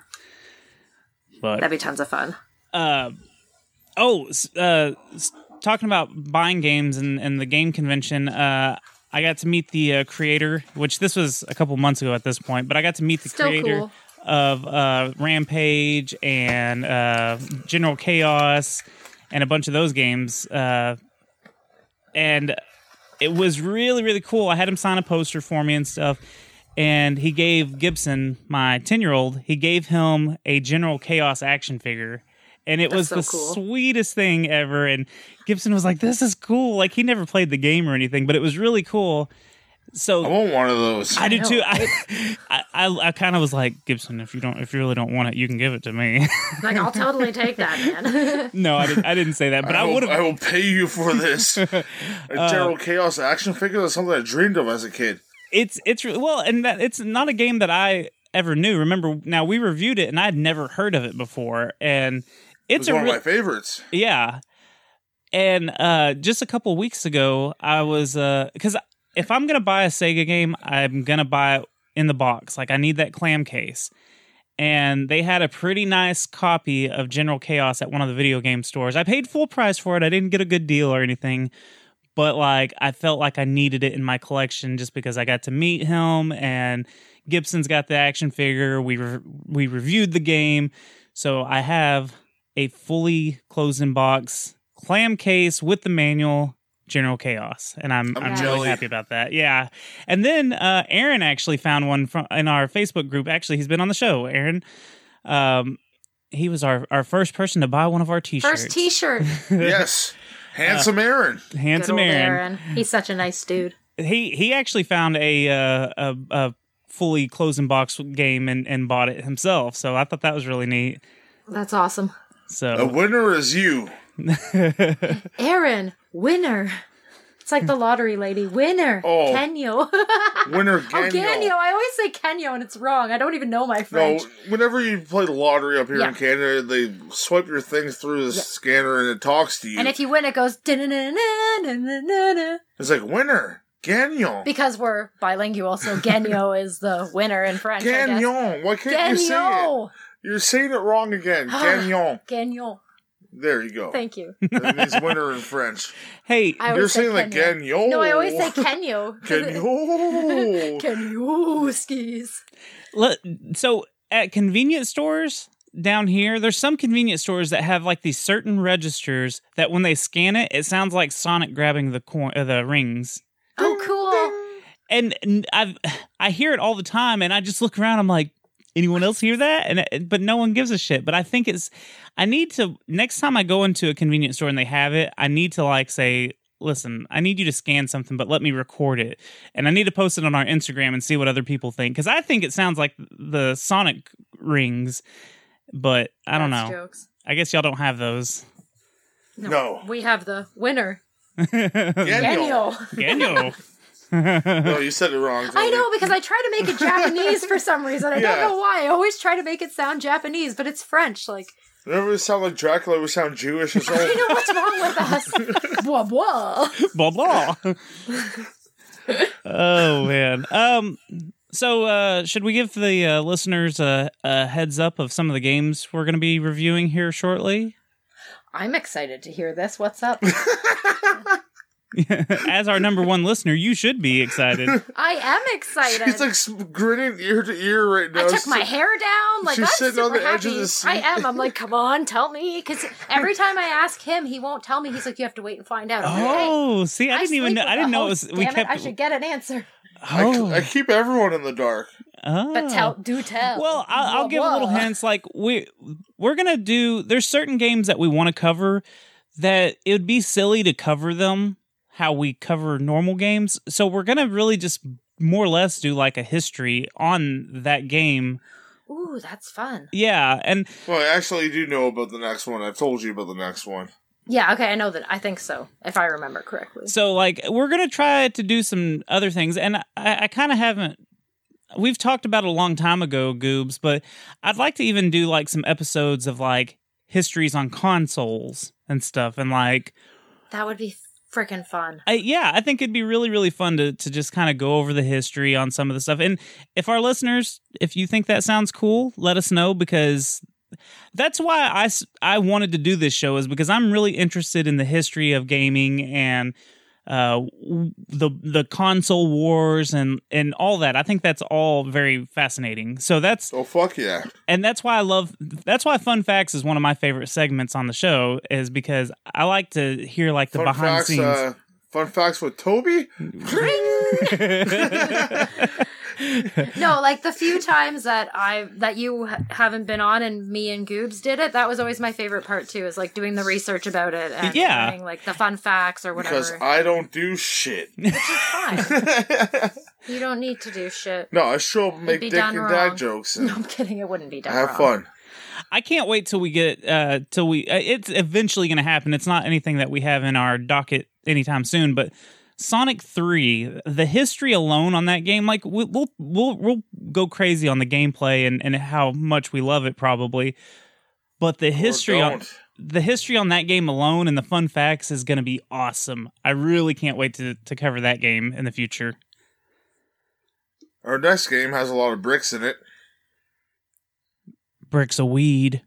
Speaker 1: But
Speaker 4: That'd be tons of fun.
Speaker 1: uh, oh, s- uh, s- talking about buying games and, and the game convention, uh, I got to meet the uh, creator, which this was a couple months ago at this point, but I got to meet the
Speaker 4: Still
Speaker 1: creator
Speaker 4: cool.
Speaker 1: of uh, Rampage and uh, General Chaos and a bunch of those games. Uh, and it was really, really cool. I had him sign a poster for me and stuff. And he gave Gibson, my 10 year old, he gave him a General Chaos action figure. And it was
Speaker 4: so
Speaker 1: the
Speaker 4: cool.
Speaker 1: sweetest thing ever. And Gibson was like, This is cool. Like, he never played the game or anything, but it was really cool. So
Speaker 2: I want one of those.
Speaker 1: I do
Speaker 4: know.
Speaker 1: too. I, I, I, I kind of was like Gibson. If you don't, if you really don't want it, you can give it to me.
Speaker 4: Like I'll totally take that, man.
Speaker 1: no, I didn't. I didn't say that, but I, Uh,
Speaker 2: will-
Speaker 1: would
Speaker 2: I
Speaker 1: have.
Speaker 2: will pay you for this. a General Chaos action figure. That's something I dreamed of as a kid.
Speaker 1: It's it's re- well, and that, it's not a game that I ever knew. Remember, now we reviewed it, and I had never heard of it before, and it's
Speaker 2: It's
Speaker 1: a
Speaker 2: one
Speaker 1: re-
Speaker 2: of my favorites.
Speaker 1: Yeah. And uh, just a couple weeks ago, I was because if I'm gonna buy a Sega game, I'm gonna buy it in the box. Like I need that clam case. And they had a pretty nice copy of General Chaos at one of the video game stores. I paid full price for it. I didn't get a good deal or anything, but like I felt like I needed it in my collection just because I got to meet him and Gibson's got the action figure. We re- we reviewed the game, so I have a fully closed in box clam case with the manual general chaos and i'm i'm,
Speaker 2: I'm
Speaker 1: really
Speaker 2: jelly.
Speaker 1: happy about that yeah and then uh aaron actually found one from in our facebook group actually he's been on the show aaron um he was our, our first person to buy one of our t-shirts
Speaker 4: First T-shirt.
Speaker 2: yes, handsome
Speaker 1: Uh,
Speaker 2: Aaron.
Speaker 1: handsome
Speaker 4: Good old
Speaker 1: aaron.
Speaker 4: He's such a nice dude.
Speaker 1: he he actually found a uh, a, a fully closing box game and, and bought it himself so i thought that was really neat
Speaker 4: That's awesome.
Speaker 1: so
Speaker 2: Oh. The winner is you.
Speaker 4: Aaron, winner. It's like the lottery lady. Winner.
Speaker 2: Oh.
Speaker 4: Kenyo.
Speaker 2: Winner
Speaker 4: Oh,
Speaker 2: Ganyo.
Speaker 4: Ganyo. I always say Kenyo and it's wrong. I don't even know my
Speaker 2: No,
Speaker 4: French.
Speaker 2: whenever you play the lottery up here
Speaker 4: Yeah.
Speaker 2: in Canada, they swipe your things through the scanner and it talks to you.
Speaker 4: And if you win, it goes "Da-na-na-na-na-na-na-na."
Speaker 2: it's like winner, Gagnon.
Speaker 4: because we're bilingual. So Ganyo is the winner in French. I guess.
Speaker 2: Gagnon. Why can't you say it?
Speaker 4: Ganyo.
Speaker 2: You're saying it wrong again. Gagnon.
Speaker 4: Ganyo.
Speaker 2: There you go.
Speaker 4: Thank you.
Speaker 2: That means winner in French.
Speaker 1: Hey,
Speaker 4: I
Speaker 2: You're
Speaker 4: always say
Speaker 2: saying like
Speaker 4: Kenyo.
Speaker 2: Gagnon.
Speaker 4: No, I always say
Speaker 2: Oh.
Speaker 4: Kenyo.
Speaker 2: Gagnon.
Speaker 4: Kenyo skis.
Speaker 1: le- so at convenience stores down here, there's some convenience stores that have like these certain registers that when they scan it, it sounds like Sonic grabbing the coin, uh, the rings.
Speaker 4: Oh, cool.
Speaker 1: And n- I've I hear it all the time, and I just look around. I'm like, anyone else hear that? And it- but no one gives a shit. But I think it's I need to next time I go into a convenience store and they have it, I need to like say. Listen, I need you to scan something, but let me record it. And I need to post it on our Instagram and see what other people think. Because I think it sounds like the Sonic rings, but I don't know.
Speaker 4: That's Jokes.
Speaker 1: I guess y'all don't have those.
Speaker 2: No.
Speaker 4: We have the winner.
Speaker 2: Gagnon.
Speaker 4: Ganyo.
Speaker 1: Daniel.
Speaker 2: No, you said it wrong.
Speaker 4: I
Speaker 2: Tony.
Speaker 4: know because I try to make it Japanese for some reason. I
Speaker 2: Yeah.
Speaker 4: don't know why. I always try to make it sound Japanese, but it's French. Like,
Speaker 2: Whenever we sound like Dracula, we sound Jewish as well.
Speaker 4: you know what's wrong with us? blah blah.
Speaker 1: blah blah. oh man. Um. So, uh, should we give the uh, listeners a, a heads up of some of the games we're going to be reviewing here shortly?
Speaker 4: I'm excited to hear this. What's up?
Speaker 1: As our number one listener, you should be excited.
Speaker 4: I am excited.
Speaker 2: She's like s- grinning ear to ear right now.
Speaker 4: I took
Speaker 2: She's
Speaker 4: my hair down. Like
Speaker 2: she's
Speaker 4: I'm
Speaker 2: sitting
Speaker 4: super
Speaker 2: on the edge
Speaker 4: happy.
Speaker 2: of the seat.
Speaker 4: I am. I'm like, come on, tell me. Because every time I ask him, he won't tell me. He's like, you have to wait and find out. I'm like, "Hey,
Speaker 1: Oh, see, I, didn't even
Speaker 4: sleep
Speaker 1: know.
Speaker 4: with
Speaker 1: I
Speaker 4: the
Speaker 1: didn't know it
Speaker 4: host,
Speaker 1: was. We
Speaker 4: damn
Speaker 1: kept.
Speaker 4: It, I should get an answer.
Speaker 2: I,
Speaker 1: oh,
Speaker 2: I keep everyone in the dark.
Speaker 1: oh.
Speaker 4: But tell, do tell.
Speaker 1: Well, I'll, I'll
Speaker 4: Blah,
Speaker 1: give a little
Speaker 4: blah.
Speaker 1: hints. Like we we're gonna do. There's certain games that we want to cover that it would be silly to cover them how we cover normal games. So we're gonna really just more or less do like a history on that game.
Speaker 4: Ooh, that's fun.
Speaker 1: Yeah, and
Speaker 2: Well, I actually do know about the next one. I've told you about the next one.
Speaker 4: Yeah. Okay, I know that. I think so, if I remember correctly.
Speaker 1: So like we're gonna try to do some other things, and I, I kind of haven't. We've talked about it a long time ago, Goobs, but I'd like to even do like some episodes of like histories on consoles and stuff, and like
Speaker 4: That would be freaking fun.
Speaker 1: I, yeah, I think it'd be really really fun to to just kind of go over the history on some of the stuff. And if our listeners, if you think that sounds cool, let us know because that's why I s- I wanted to do this show is because I'm really interested in the history of gaming and uh w- the the console wars and and all that. I think that's all very fascinating. So that's
Speaker 2: Oh fuck yeah!
Speaker 1: and that's why I love that's why fun facts is one of my favorite segments on the show is because I like to hear like the
Speaker 2: Fun
Speaker 1: behind
Speaker 2: facts.
Speaker 1: the scenes.
Speaker 2: Uh, fun facts with Toby.
Speaker 4: No, like the few times that I that you ha- haven't been on and me and Goobs did it, that was always my favorite part too. Is like doing the research about it and
Speaker 1: Yeah.
Speaker 4: learning, like the fun facts or
Speaker 2: Because
Speaker 4: whatever.
Speaker 2: I don't do shit.
Speaker 4: Fine. you don't need to do shit.
Speaker 2: No, I show up and make
Speaker 4: be
Speaker 2: dick
Speaker 4: done
Speaker 2: and
Speaker 4: wrong.
Speaker 2: dad jokes and
Speaker 4: No, I'm kidding. It wouldn't be done.
Speaker 2: have
Speaker 4: wrong.
Speaker 2: fun.
Speaker 1: I can't wait till we get uh till we uh, it's eventually going to happen. It's not anything that we have in our docket anytime soon, but Sonic 3, the history alone on that game, like we- we'll we'll we'll go crazy on the gameplay and and how much we love it probably. But the
Speaker 2: Or
Speaker 1: history on
Speaker 2: don't.
Speaker 1: the history on that game alone and the fun facts is going to be awesome. I really can't wait to to cover that game in the future.
Speaker 2: Our next game has a lot of bricks in it.
Speaker 1: Bricks of weed,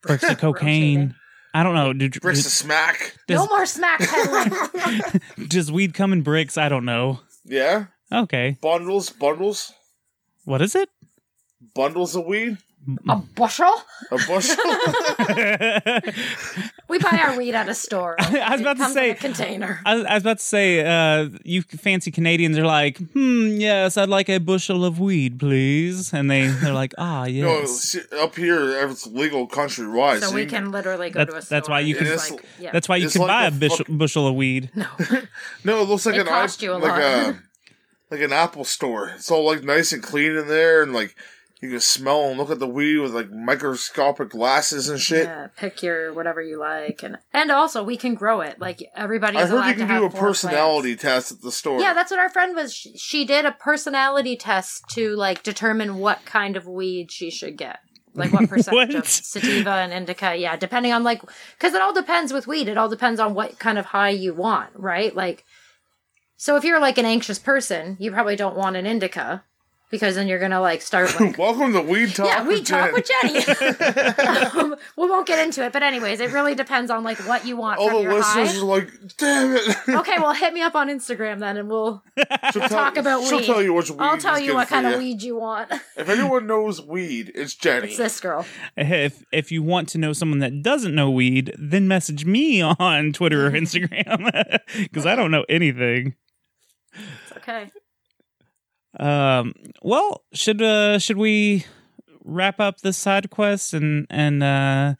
Speaker 1: bricks of cocaine. I don't know. Do,
Speaker 2: Bricks
Speaker 1: do-
Speaker 2: of smack.
Speaker 4: No
Speaker 1: Does-
Speaker 4: more smack peddling.
Speaker 1: Does weed come in bricks? I don't know.
Speaker 2: Yeah,
Speaker 1: Okay.
Speaker 2: bundles, bundles,
Speaker 1: What is it?
Speaker 2: bundles of weed.
Speaker 4: a bushel?
Speaker 2: A bushel.
Speaker 1: I,
Speaker 4: We buy our weed at a store.
Speaker 1: I was about
Speaker 4: it
Speaker 1: to
Speaker 4: comes in
Speaker 1: say-
Speaker 4: a container.
Speaker 1: was, I was about to say, uh, you fancy Canadians are like, hmm, yes, I'd like a bushel of weed, please. And they, they're like, ah,
Speaker 2: no,
Speaker 1: yes.
Speaker 2: see, up here it's legal countrywide.
Speaker 4: So
Speaker 2: so
Speaker 4: we
Speaker 2: you-
Speaker 4: can literally go
Speaker 1: That-
Speaker 4: to a
Speaker 1: that's
Speaker 4: store.
Speaker 1: why you
Speaker 4: and
Speaker 2: can-
Speaker 4: just,
Speaker 2: It is-
Speaker 4: yeah.
Speaker 1: That's why you
Speaker 2: It's
Speaker 1: can
Speaker 2: like
Speaker 1: buy a
Speaker 2: the
Speaker 1: bushel,
Speaker 2: fuck-
Speaker 1: bushel of weed.
Speaker 2: No, it looks like
Speaker 4: It
Speaker 2: an
Speaker 4: cost
Speaker 2: app-
Speaker 4: you a
Speaker 2: like
Speaker 4: lot.
Speaker 2: a like an Apple store. It's all like nice and clean in there, and like You can smell and look at the weed with like microscopic glasses and shit.
Speaker 4: Yeah, pick your whatever you like, and and also we can grow it. Like everybody.
Speaker 2: I
Speaker 4: Is
Speaker 2: heard
Speaker 4: allowed
Speaker 2: you can
Speaker 4: to have
Speaker 2: do a
Speaker 4: four plants.
Speaker 2: personality test at the store.
Speaker 4: Yeah, that's what our friend was. She, she did a personality test to like determine what kind of weed she should get. Like what
Speaker 1: What?
Speaker 4: percentage of sativa and indica? Yeah, depending on like, because it all depends with weed. It all depends on what kind of high you want, right? Like, so if you're like an anxious person, you probably don't want an indica because then you're gonna like start like
Speaker 2: Welcome to Weed Talk.
Speaker 4: yeah, we
Speaker 2: with
Speaker 4: talk
Speaker 2: Jen.
Speaker 4: with Jenny. um, we won't get into it, but anyways, it really depends on like what you want
Speaker 2: All
Speaker 4: from
Speaker 2: the
Speaker 4: your
Speaker 2: listeners
Speaker 4: hive.
Speaker 2: are like, damn it.
Speaker 4: Okay, well, hit me up on Instagram then, and we'll
Speaker 2: She'll
Speaker 4: talk
Speaker 2: tell-
Speaker 4: about
Speaker 2: She'll
Speaker 4: weed.
Speaker 2: tell you which weed.
Speaker 4: I'll tell
Speaker 2: is
Speaker 4: you
Speaker 2: good
Speaker 4: what
Speaker 2: for
Speaker 4: kind
Speaker 2: you.
Speaker 4: of weed you want.
Speaker 2: If anyone knows weed, it's Jenny.
Speaker 4: It's this girl.
Speaker 1: If if you want to know someone that doesn't know weed, then message me on Twitter or Instagram because I don't know anything.
Speaker 4: It's okay.
Speaker 1: Um, well, should uh, should we wrap up this side quest and and uh,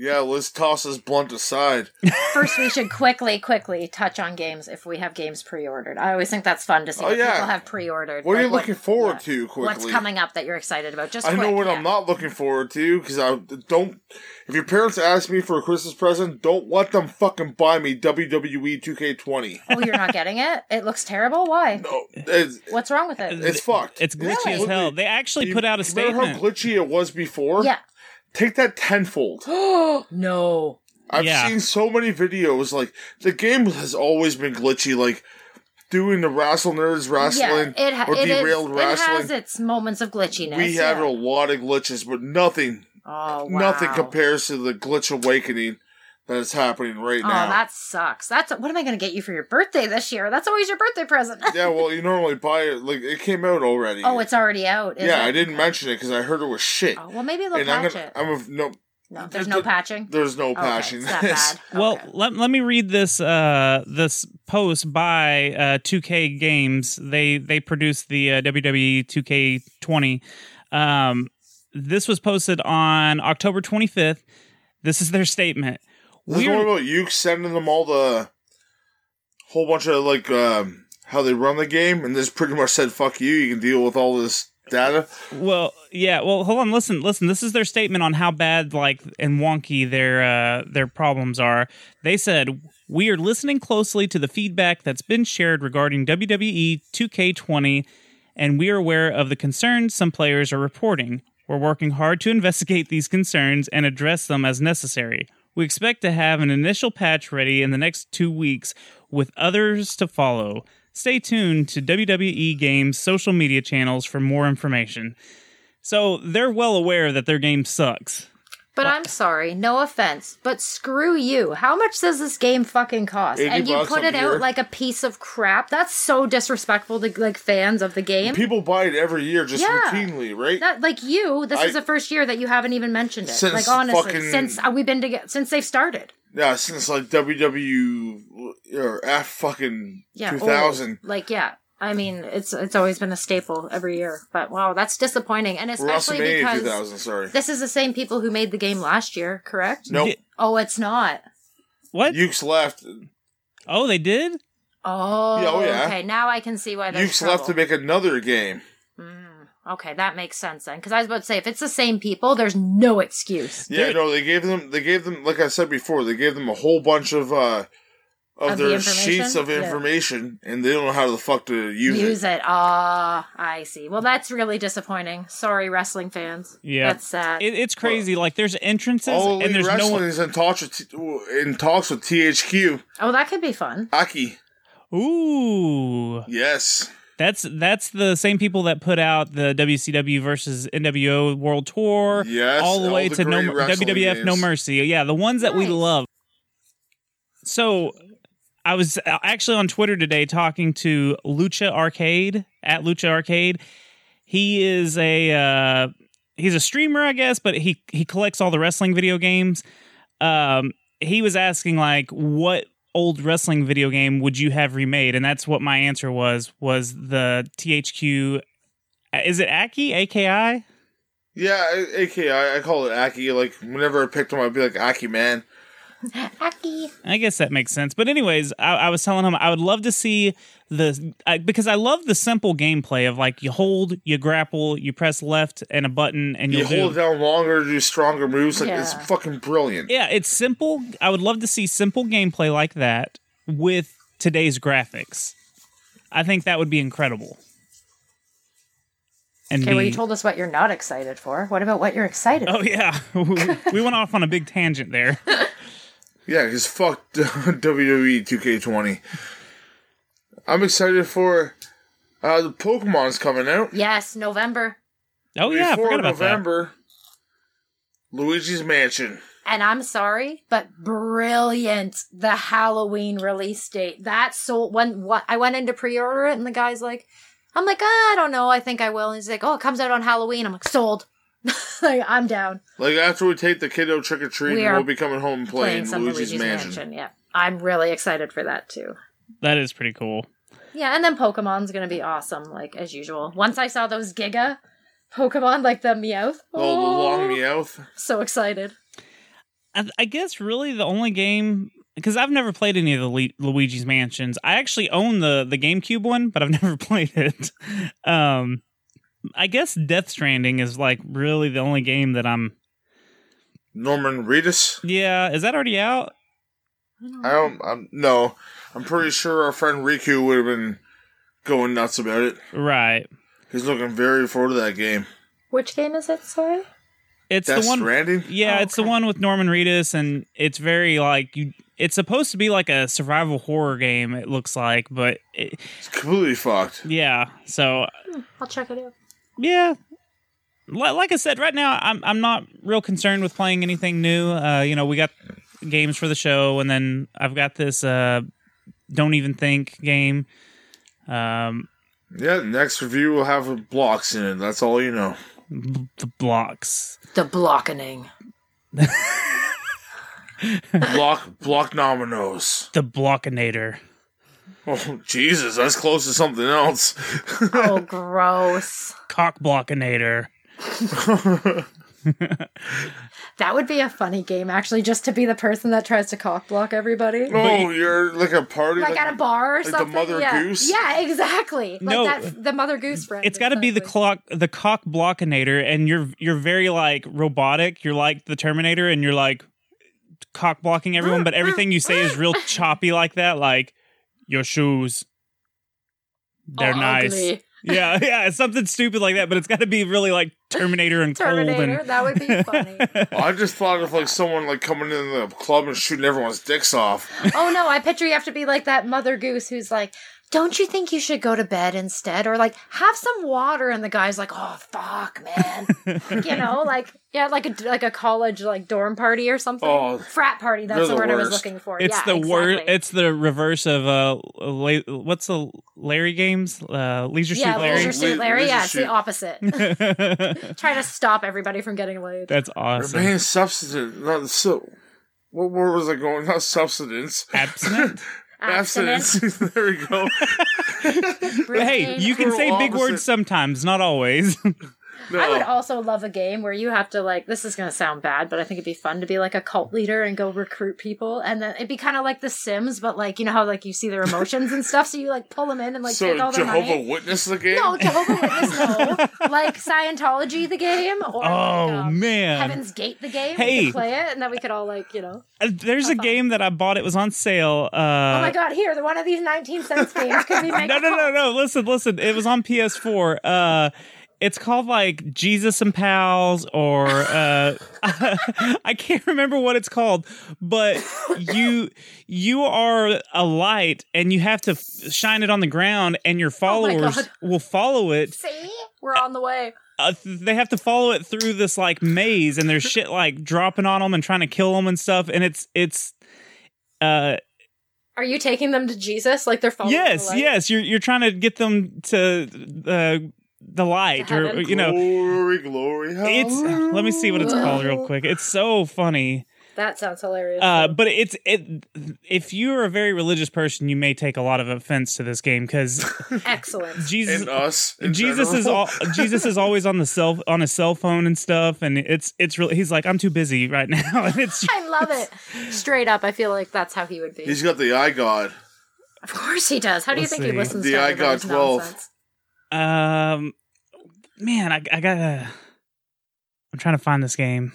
Speaker 2: yeah, let's toss this blunt aside.
Speaker 4: First, we should quickly, quickly touch on games if we have games pre-ordered. I always think that's fun to see
Speaker 2: Oh,
Speaker 4: what
Speaker 2: yeah.
Speaker 4: people have pre-ordered.
Speaker 2: What are
Speaker 4: like,
Speaker 2: you looking forward to quickly?
Speaker 4: What's coming up that you're excited about? Just
Speaker 2: I know
Speaker 4: quick,
Speaker 2: what
Speaker 4: yeah.
Speaker 2: I'm not looking forward to because I don't. If your parents ask me for a Christmas present, don't let them fucking buy me E WWE 2K20.
Speaker 4: Oh, you're not getting it. It looks terrible. Why?
Speaker 2: No, it's,
Speaker 4: What's wrong with it?
Speaker 2: it's fucked.
Speaker 1: it's glitchy
Speaker 4: Really?
Speaker 1: as hell? They actually
Speaker 2: You-
Speaker 1: put out a
Speaker 2: you Remember how
Speaker 1: statement.
Speaker 2: glitchy it was before?
Speaker 4: Yeah.
Speaker 2: Take that tenfold.
Speaker 4: no.
Speaker 2: I've
Speaker 1: Yeah.
Speaker 2: seen so many videos like the game has always been glitchy, like doing the wrestle nerds wrestling
Speaker 4: yeah, it, ha-
Speaker 2: or
Speaker 4: it is-
Speaker 2: derailed wrestling.
Speaker 4: It has its moments of glitchiness.
Speaker 2: we have
Speaker 4: yeah.
Speaker 2: a lot of glitches, but nothing,
Speaker 4: Oh, wow.
Speaker 2: nothing compares to the glitch awakening that is happening right
Speaker 4: Oh,
Speaker 2: now.
Speaker 4: that sucks. That's what am I going to get you for your birthday this year? That's always your birthday present.
Speaker 2: yeah, well, you normally buy it. Like it came out already.
Speaker 4: oh, it's already out. is
Speaker 2: yeah.
Speaker 4: it?
Speaker 2: I didn't mention it because I heard it was shit.
Speaker 4: Oh, well, maybe they'll
Speaker 2: and I'm
Speaker 4: patch
Speaker 2: gonna.
Speaker 4: it.
Speaker 2: I'm a, no.
Speaker 4: no, there's no patching.
Speaker 2: There's no
Speaker 4: Okay,
Speaker 2: passion.
Speaker 4: it's that bad.
Speaker 1: Well,
Speaker 4: Okay.
Speaker 1: let, let me read this uh, this post by uh, 2K Games. They they produced the uh, WWE 2K20. Um, this was posted on October 25th. This is their statement.
Speaker 2: This is the
Speaker 1: We're-
Speaker 2: one about you sending them all the whole bunch of like um, how they run the game, and this pretty much said "fuck you." You can deal with all this data.
Speaker 1: Well, yeah. Well, hold on. Listen, listen. This is their statement on how bad, like, and wonky their uh, their problems are. They said we are listening closely to the feedback that's been shared regarding E WWE 2K20, and we are aware of the concerns some players are reporting. We're working hard to investigate these concerns and address them as necessary. We expect to have an initial patch ready in the next two weeks, with others to follow. Stay tuned to WWE Games' social media channels for more information. So they're well aware that their game sucks.
Speaker 4: But I'm sorry, no offense, but screw you. How much does this game fucking cost?
Speaker 2: 80
Speaker 4: And you
Speaker 2: bucks
Speaker 4: put
Speaker 2: a
Speaker 4: it
Speaker 2: year.
Speaker 4: out like a piece of crap. That's so disrespectful to like fans of the game.
Speaker 2: People buy it every year just
Speaker 4: Yeah.
Speaker 2: routinely, right?
Speaker 4: That like you, this
Speaker 2: I-
Speaker 4: is the first year that you haven't even mentioned it.
Speaker 2: Since
Speaker 4: like honestly,
Speaker 2: fucking-
Speaker 4: since uh, we've been together, since they've started.
Speaker 2: yeah, since like WW or F fucking
Speaker 4: yeah,
Speaker 2: two
Speaker 4: old.
Speaker 2: thousand.
Speaker 4: Like yeah, I mean it's it's always been a staple every year. But wow, that's disappointing, and especially
Speaker 2: WrestleMania two
Speaker 4: because
Speaker 2: thousand, sorry.
Speaker 4: this is the same people who made the game last year, correct?
Speaker 2: Nope.
Speaker 4: Oh, it's not.
Speaker 1: What?
Speaker 2: Ukes left.
Speaker 1: oh, they did?
Speaker 4: Oh,
Speaker 2: Yeah, oh, yeah.
Speaker 4: okay. Now I can see why there's
Speaker 2: Ukes left to
Speaker 4: trouble. Mm,
Speaker 2: make another game.
Speaker 4: Okay, that makes sense then. Because I was about to say, if it's the same people, there's no excuse
Speaker 2: Yeah,
Speaker 1: Dude.
Speaker 2: no, they gave them they gave them like I said before, they gave them a whole bunch of uh of,
Speaker 4: Of the
Speaker 2: their
Speaker 4: information?
Speaker 2: sheets of
Speaker 4: Yeah.
Speaker 2: information and they don't know how the fuck to use,
Speaker 4: use
Speaker 2: it.
Speaker 4: it. Ah, I see. Well, that's really disappointing. Sorry, wrestling fans.
Speaker 1: Yeah.
Speaker 4: that's sad.
Speaker 1: It, it's crazy. like there's entrances
Speaker 2: All
Speaker 1: and
Speaker 2: Elite
Speaker 1: there's
Speaker 2: Wrestling
Speaker 1: no one.
Speaker 2: is in talks with T- in talks with THQ.
Speaker 4: oh, that could be fun.
Speaker 2: Aki,
Speaker 1: Ooh,
Speaker 2: yes,
Speaker 1: that's that's the same people that put out the WCW versus NWO World Tour.
Speaker 2: Yes,
Speaker 1: all the
Speaker 2: all
Speaker 1: way
Speaker 2: the
Speaker 1: to no,
Speaker 2: great wrestling
Speaker 1: WWF No
Speaker 2: games.
Speaker 1: Mercy. Yeah, the ones that we
Speaker 4: Nice.
Speaker 1: love. So, I was uh, actually on Twitter today talking to Lucha Arcade at Lucha Arcade. He is a uh, he's a streamer, I guess, but he he collects all the wrestling video games. Um, he was asking like, what old wrestling video game would you have remade? And that's what my answer was was the THQ. uh, Is it Aki AKI?
Speaker 2: yeah, A- Aki. I, I call it Aki. Like whenever I picked him, I'd be like Aki man.
Speaker 4: Aki.
Speaker 1: I guess that makes sense. But anyways, I, I was telling him I would love to see the I, because I love the simple gameplay of like you hold, you grapple, you press left and a button, and
Speaker 2: You
Speaker 1: you'll do.
Speaker 2: hold it down longer, do stronger moves. Like it's
Speaker 4: Yeah.
Speaker 2: fucking brilliant.
Speaker 1: yeah, it's simple. I would love to see simple gameplay like that with today's graphics. I think that would be incredible. And
Speaker 4: Okay, well,
Speaker 1: be-
Speaker 4: you told us what you're not excited for. What about what you're excited
Speaker 1: Oh yeah, we went off on a big tangent there.
Speaker 2: Yeah, because fuck WWE 2K20. I'm excited for uh, the Pokemon's coming out.
Speaker 4: Yes, November.
Speaker 1: Oh yeah, I
Speaker 2: Before
Speaker 1: forgot about
Speaker 2: November, Luigi's Mansion.
Speaker 4: And I'm sorry, but brilliant the Halloween release date. That sold when what I went in to pre-order it and the guy's like, I'm like, "Ah, I don't know, I think I will. And he's like, Oh, it comes out on Halloween. I'm like, sold. like, I'm down.
Speaker 2: Like after we take the kiddo trick or
Speaker 4: We
Speaker 2: treating,
Speaker 4: are
Speaker 2: we'll be coming home and playing, Luigi's, Mansion.
Speaker 4: Yeah. I'm really excited for that too.
Speaker 1: that. That is pretty cool.
Speaker 4: Yeah, and then Pokemon's gonna be awesome, like as usual. Once I saw those Giga Pokemon, like the Meowth.
Speaker 2: Oh, the long
Speaker 4: oh,
Speaker 2: Meowth.
Speaker 4: So excited.
Speaker 1: I, I guess really the only game because I've never played any of the Le- Luigi's Mansions. I actually own the the GameCube one, but I've never played it. Um, I guess Death Stranding is like really the only game that I'm.
Speaker 2: Norman Reedus.
Speaker 1: Yeah, is that already out?
Speaker 2: I don't. I'm, no, I'm pretty sure our friend Riku would have been going nuts about it.
Speaker 1: Right.
Speaker 2: He's looking very forward to that game.
Speaker 4: Which game is it, sorry?
Speaker 1: It's
Speaker 2: Death
Speaker 1: the one.
Speaker 2: Stranding.
Speaker 1: Yeah,
Speaker 4: Oh,
Speaker 1: it's the
Speaker 4: okay.
Speaker 1: one with Norman Reedus, and it's very like you. It's supposed to be like a survival horror game. It looks like, but it,
Speaker 2: It's completely fucked.
Speaker 1: yeah. So
Speaker 4: I'll check it out.
Speaker 1: yeah Li- like i said right now i'm i'm not real concerned with playing anything new uh you know we got games for the show and then i've got this uh don't even think game um
Speaker 2: Yeah, next review will have blocks in it. That's all you know.
Speaker 1: b- the blocks
Speaker 4: The Blockening.
Speaker 2: Block block nominos.
Speaker 1: the blockinator
Speaker 2: Oh Jesus, that's close to something else.
Speaker 4: Oh, gross.
Speaker 1: cock blockinator
Speaker 4: That would be a funny game, actually, just to be the person that tries to cock block everybody.
Speaker 2: Oh, you're like a party.
Speaker 4: like,
Speaker 2: like-
Speaker 4: at a bar or
Speaker 2: the
Speaker 4: something.
Speaker 2: Mother
Speaker 4: yeah.
Speaker 2: Goose?
Speaker 4: Yeah, exactly. Like
Speaker 1: No.
Speaker 4: that, the Mother Goose friend.
Speaker 1: it's got to be the
Speaker 4: exactly.
Speaker 1: clock the cock blockinator and you're you're very like robotic you're like the terminator and you're like cock blocking everyone but everything you say is real choppy like that like your shoes they're
Speaker 4: All
Speaker 1: nice
Speaker 4: Oh, ugly.
Speaker 1: yeah yeah it's something stupid like that but it's got to be really like terminator and cold
Speaker 4: Terminator.
Speaker 1: and
Speaker 4: That would be funny.
Speaker 2: I just thought of like someone like coming in the club and shooting everyone's dicks off.
Speaker 4: oh no, I picture you have to be like that mother goose who's like, don't you think you should go to bed instead? Or like, have some water. And the guy's like, oh, fuck, man. you know, like, yeah, like a, like a college, like dorm party or something.
Speaker 2: Oh,
Speaker 4: Frat party.
Speaker 2: they're
Speaker 4: That's the
Speaker 2: the
Speaker 4: word I was
Speaker 2: worst.
Speaker 4: looking for.
Speaker 1: it's
Speaker 4: yeah,
Speaker 1: the worst
Speaker 4: exactly.
Speaker 1: it's the reverse of uh la- what's the larry games uh leisure
Speaker 4: yeah,
Speaker 1: suit
Speaker 4: Leisure
Speaker 1: larry
Speaker 2: Leisure
Speaker 4: Suit Larry. Yeah, it's the
Speaker 2: Suit.
Speaker 4: opposite. Try to stop everybody from getting laid.
Speaker 1: that's awesome
Speaker 2: Man, substance. Not so. What word was I going? Not substance.
Speaker 1: abstinent
Speaker 4: Abstinence.
Speaker 2: Abstinence. there we go.
Speaker 1: But hey,
Speaker 4: Brisbane.
Speaker 1: you can say big
Speaker 2: Opposite.
Speaker 1: words sometimes, not always.
Speaker 2: No.
Speaker 4: I would also love a game where you have to like. This is going to sound bad, but I think it'd be fun to be like a cult leader and go recruit people, and then it'd be kind of like The Sims, but like you know how like you see their emotions and stuff, so you like pull them in and like
Speaker 2: so
Speaker 4: take all their
Speaker 2: Jehovah
Speaker 4: money.
Speaker 2: Witness the game.
Speaker 4: No, Jehovah Witness, no. Like Scientology, the game, or like,
Speaker 1: oh
Speaker 4: um,
Speaker 1: man,
Speaker 4: Heaven's Gate, the game.
Speaker 1: Hey.
Speaker 4: we could play it, and then we could all like you know.
Speaker 1: Uh, there's a game that I bought. It was on sale. Uh,
Speaker 4: oh my God! Here, the one of these nineteen cents games could be make.
Speaker 1: no, no, no, no. Listen, listen. It was on PS4. Uh, it's called like Jesus and Pals, or uh, I can't remember what it's called. But you you are a light, and you have to f- shine it on the ground, and your
Speaker 4: Oh my
Speaker 1: followers
Speaker 4: God.
Speaker 1: will follow it.
Speaker 4: See, we're on the way.
Speaker 1: uh, th- they have to follow it through this like maze and there's shit like dropping on them and trying to kill them and stuff and it's it's uh
Speaker 4: Are you taking them to Jesus? Like they're following. the
Speaker 1: yes
Speaker 4: light?
Speaker 1: yes you're you're trying to get them to the the light or
Speaker 4: heaven.
Speaker 1: you know
Speaker 2: glory, glory,
Speaker 1: it's let me see what it's called real quick it's so funny
Speaker 4: That sounds hilarious.
Speaker 1: Uh, but it's it. If you're a very religious person, you may take a lot of offense to this game because
Speaker 4: Excellent.
Speaker 1: Jesus
Speaker 2: And us. in
Speaker 1: Jesus is
Speaker 2: general.
Speaker 1: all Jesus is always on the cell on his cell phone and stuff, and it's it's really he's like I'm too busy right now, and it's
Speaker 4: I love it. Straight up, I feel like that's how he would be.
Speaker 2: He's got the eye god.
Speaker 4: of course he does. How do you
Speaker 1: Let's
Speaker 4: think he
Speaker 1: see.
Speaker 4: listens
Speaker 2: The
Speaker 4: to
Speaker 2: I
Speaker 4: everybody's
Speaker 2: Got 12.
Speaker 4: nonsense?
Speaker 1: um man, I, I gotta I'm trying to find this game.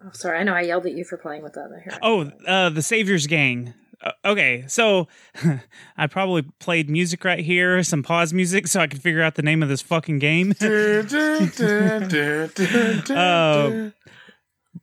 Speaker 4: Oh, sorry, I know I yelled at you for playing with that. Here.
Speaker 1: Oh, uh, the Savior's Gang. Uh, okay, so I probably played music right here, some pause music, so I could figure out the name of this fucking game.
Speaker 2: Dun, dun, dun, dun, dun, dun, dun.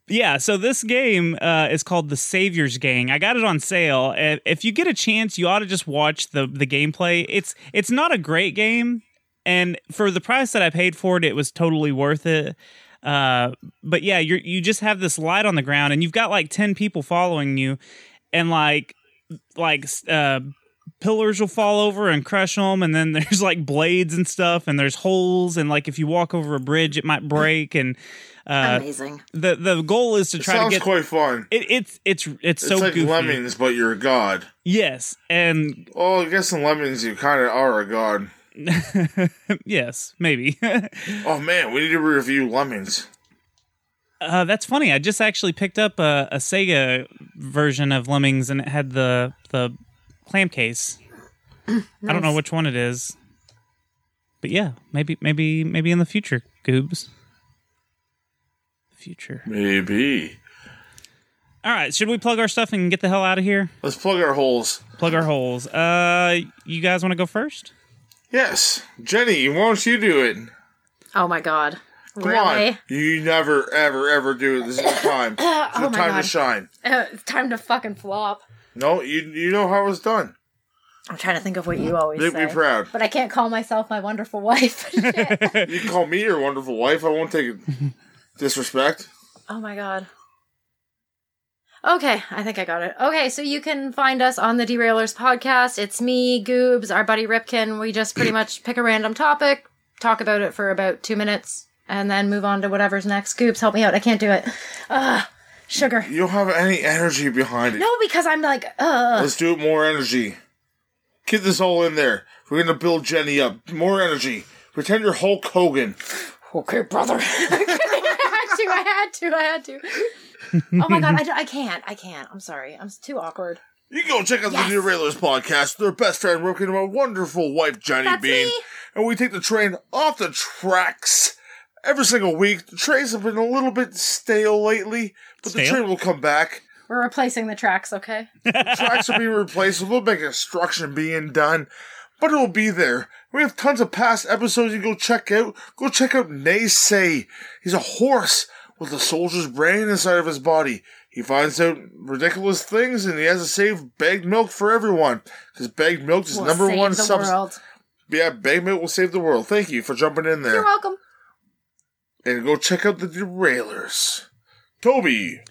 Speaker 1: Yeah, so this game uh, is called The Savior's Gang. I got it on sale. And if you get a chance, you ought to just watch the the gameplay. It's it's not a great game, and for the price that I paid for it, it was totally worth it. Uh, but yeah, you you just have this light on the ground, and you've got like ten people following you, and like like uh, pillars will fall over and crush them, and then there's like blades and stuff, and there's holes, and like if you walk over a bridge, it might break, and uh,
Speaker 4: Amazing.
Speaker 1: the the goal is to try to
Speaker 2: Sounds
Speaker 1: get
Speaker 2: quite fun.
Speaker 1: it, it's it's it's
Speaker 2: It's
Speaker 1: so
Speaker 2: like
Speaker 1: goofy.
Speaker 2: Lemmings, but you're a god.
Speaker 1: Yes, and
Speaker 2: Well, I guess in Lemmings you kind of are a god.
Speaker 1: yes, maybe.
Speaker 2: Oh man, we need to review Lemmings.
Speaker 1: uh, that's funny. I just actually picked up a, a Sega version of Lemmings, and it had the the clam case. I don't know which one it is, but yeah, maybe maybe maybe in the future, Goobs. Future.
Speaker 2: Maybe.
Speaker 1: All right, should we plug our stuff and get the hell out of here?
Speaker 2: Let's plug our holes.
Speaker 1: Plug our holes. Uh, you guys want to go first?
Speaker 2: Yes, Jenny, why don't you do it?
Speaker 4: Oh my god.
Speaker 2: Come
Speaker 4: really?
Speaker 2: on. You never, ever, ever do it. This is your time. It's your
Speaker 4: Oh, my
Speaker 2: time
Speaker 4: God.
Speaker 2: to shine.
Speaker 4: Uh, it's time to fucking flop.
Speaker 2: No, you you know how it's done.
Speaker 4: I'm trying to think of what you always
Speaker 2: Make
Speaker 4: say.
Speaker 2: me proud.
Speaker 4: But I can't call myself my wonderful wife. Shit.
Speaker 2: You can call me your wonderful wife. I won't take disrespect.
Speaker 4: Oh my god. Okay, I think I got it. Okay, so you can find us on the Derailers podcast. It's me, Goobs, our buddy Ripkin. We just pretty much pick a random topic, talk about it for about two minutes, and then move on to whatever's next. Goobs, help me out. I can't do it. Ugh, sugar.
Speaker 2: You don't have any energy behind it.
Speaker 4: No, because I'm like, ugh.
Speaker 2: Let's do it more energy. Get this all in there. We're gonna build Jenny up. More energy. Pretend you're Hulk Hogan.
Speaker 4: Okay, brother. I had to. I had to. I had to. Oh my god, I, d- I can't. I can't. I'm sorry. I'm s- too awkward.
Speaker 2: You can go check out
Speaker 4: Yes.
Speaker 2: the New Railers podcast. Their best friend Roken and my wonderful wife Jenny
Speaker 4: That's
Speaker 2: Bean.
Speaker 4: me.
Speaker 2: And we take the train off the tracks every single week. The trains have been a little bit stale lately, but the
Speaker 1: Stale?
Speaker 2: train will come back.
Speaker 4: We're replacing the tracks, okay?
Speaker 2: tracks will be replaced with a little bit of construction being done, but it'll be there. We have tons of past episodes you can go check out. Go check out Naysay. He's a horse with a soldier's brain inside of his body. He finds out ridiculous things and he has to save bagged milk for everyone. Because bagged milk is
Speaker 4: We'll
Speaker 2: number
Speaker 4: save
Speaker 2: one
Speaker 4: the
Speaker 2: substance.
Speaker 4: world.
Speaker 2: Yeah, bagged milk will save the world. Thank you for jumping in
Speaker 4: You're
Speaker 2: there.
Speaker 4: welcome.
Speaker 2: And go check out the derailers. Toby,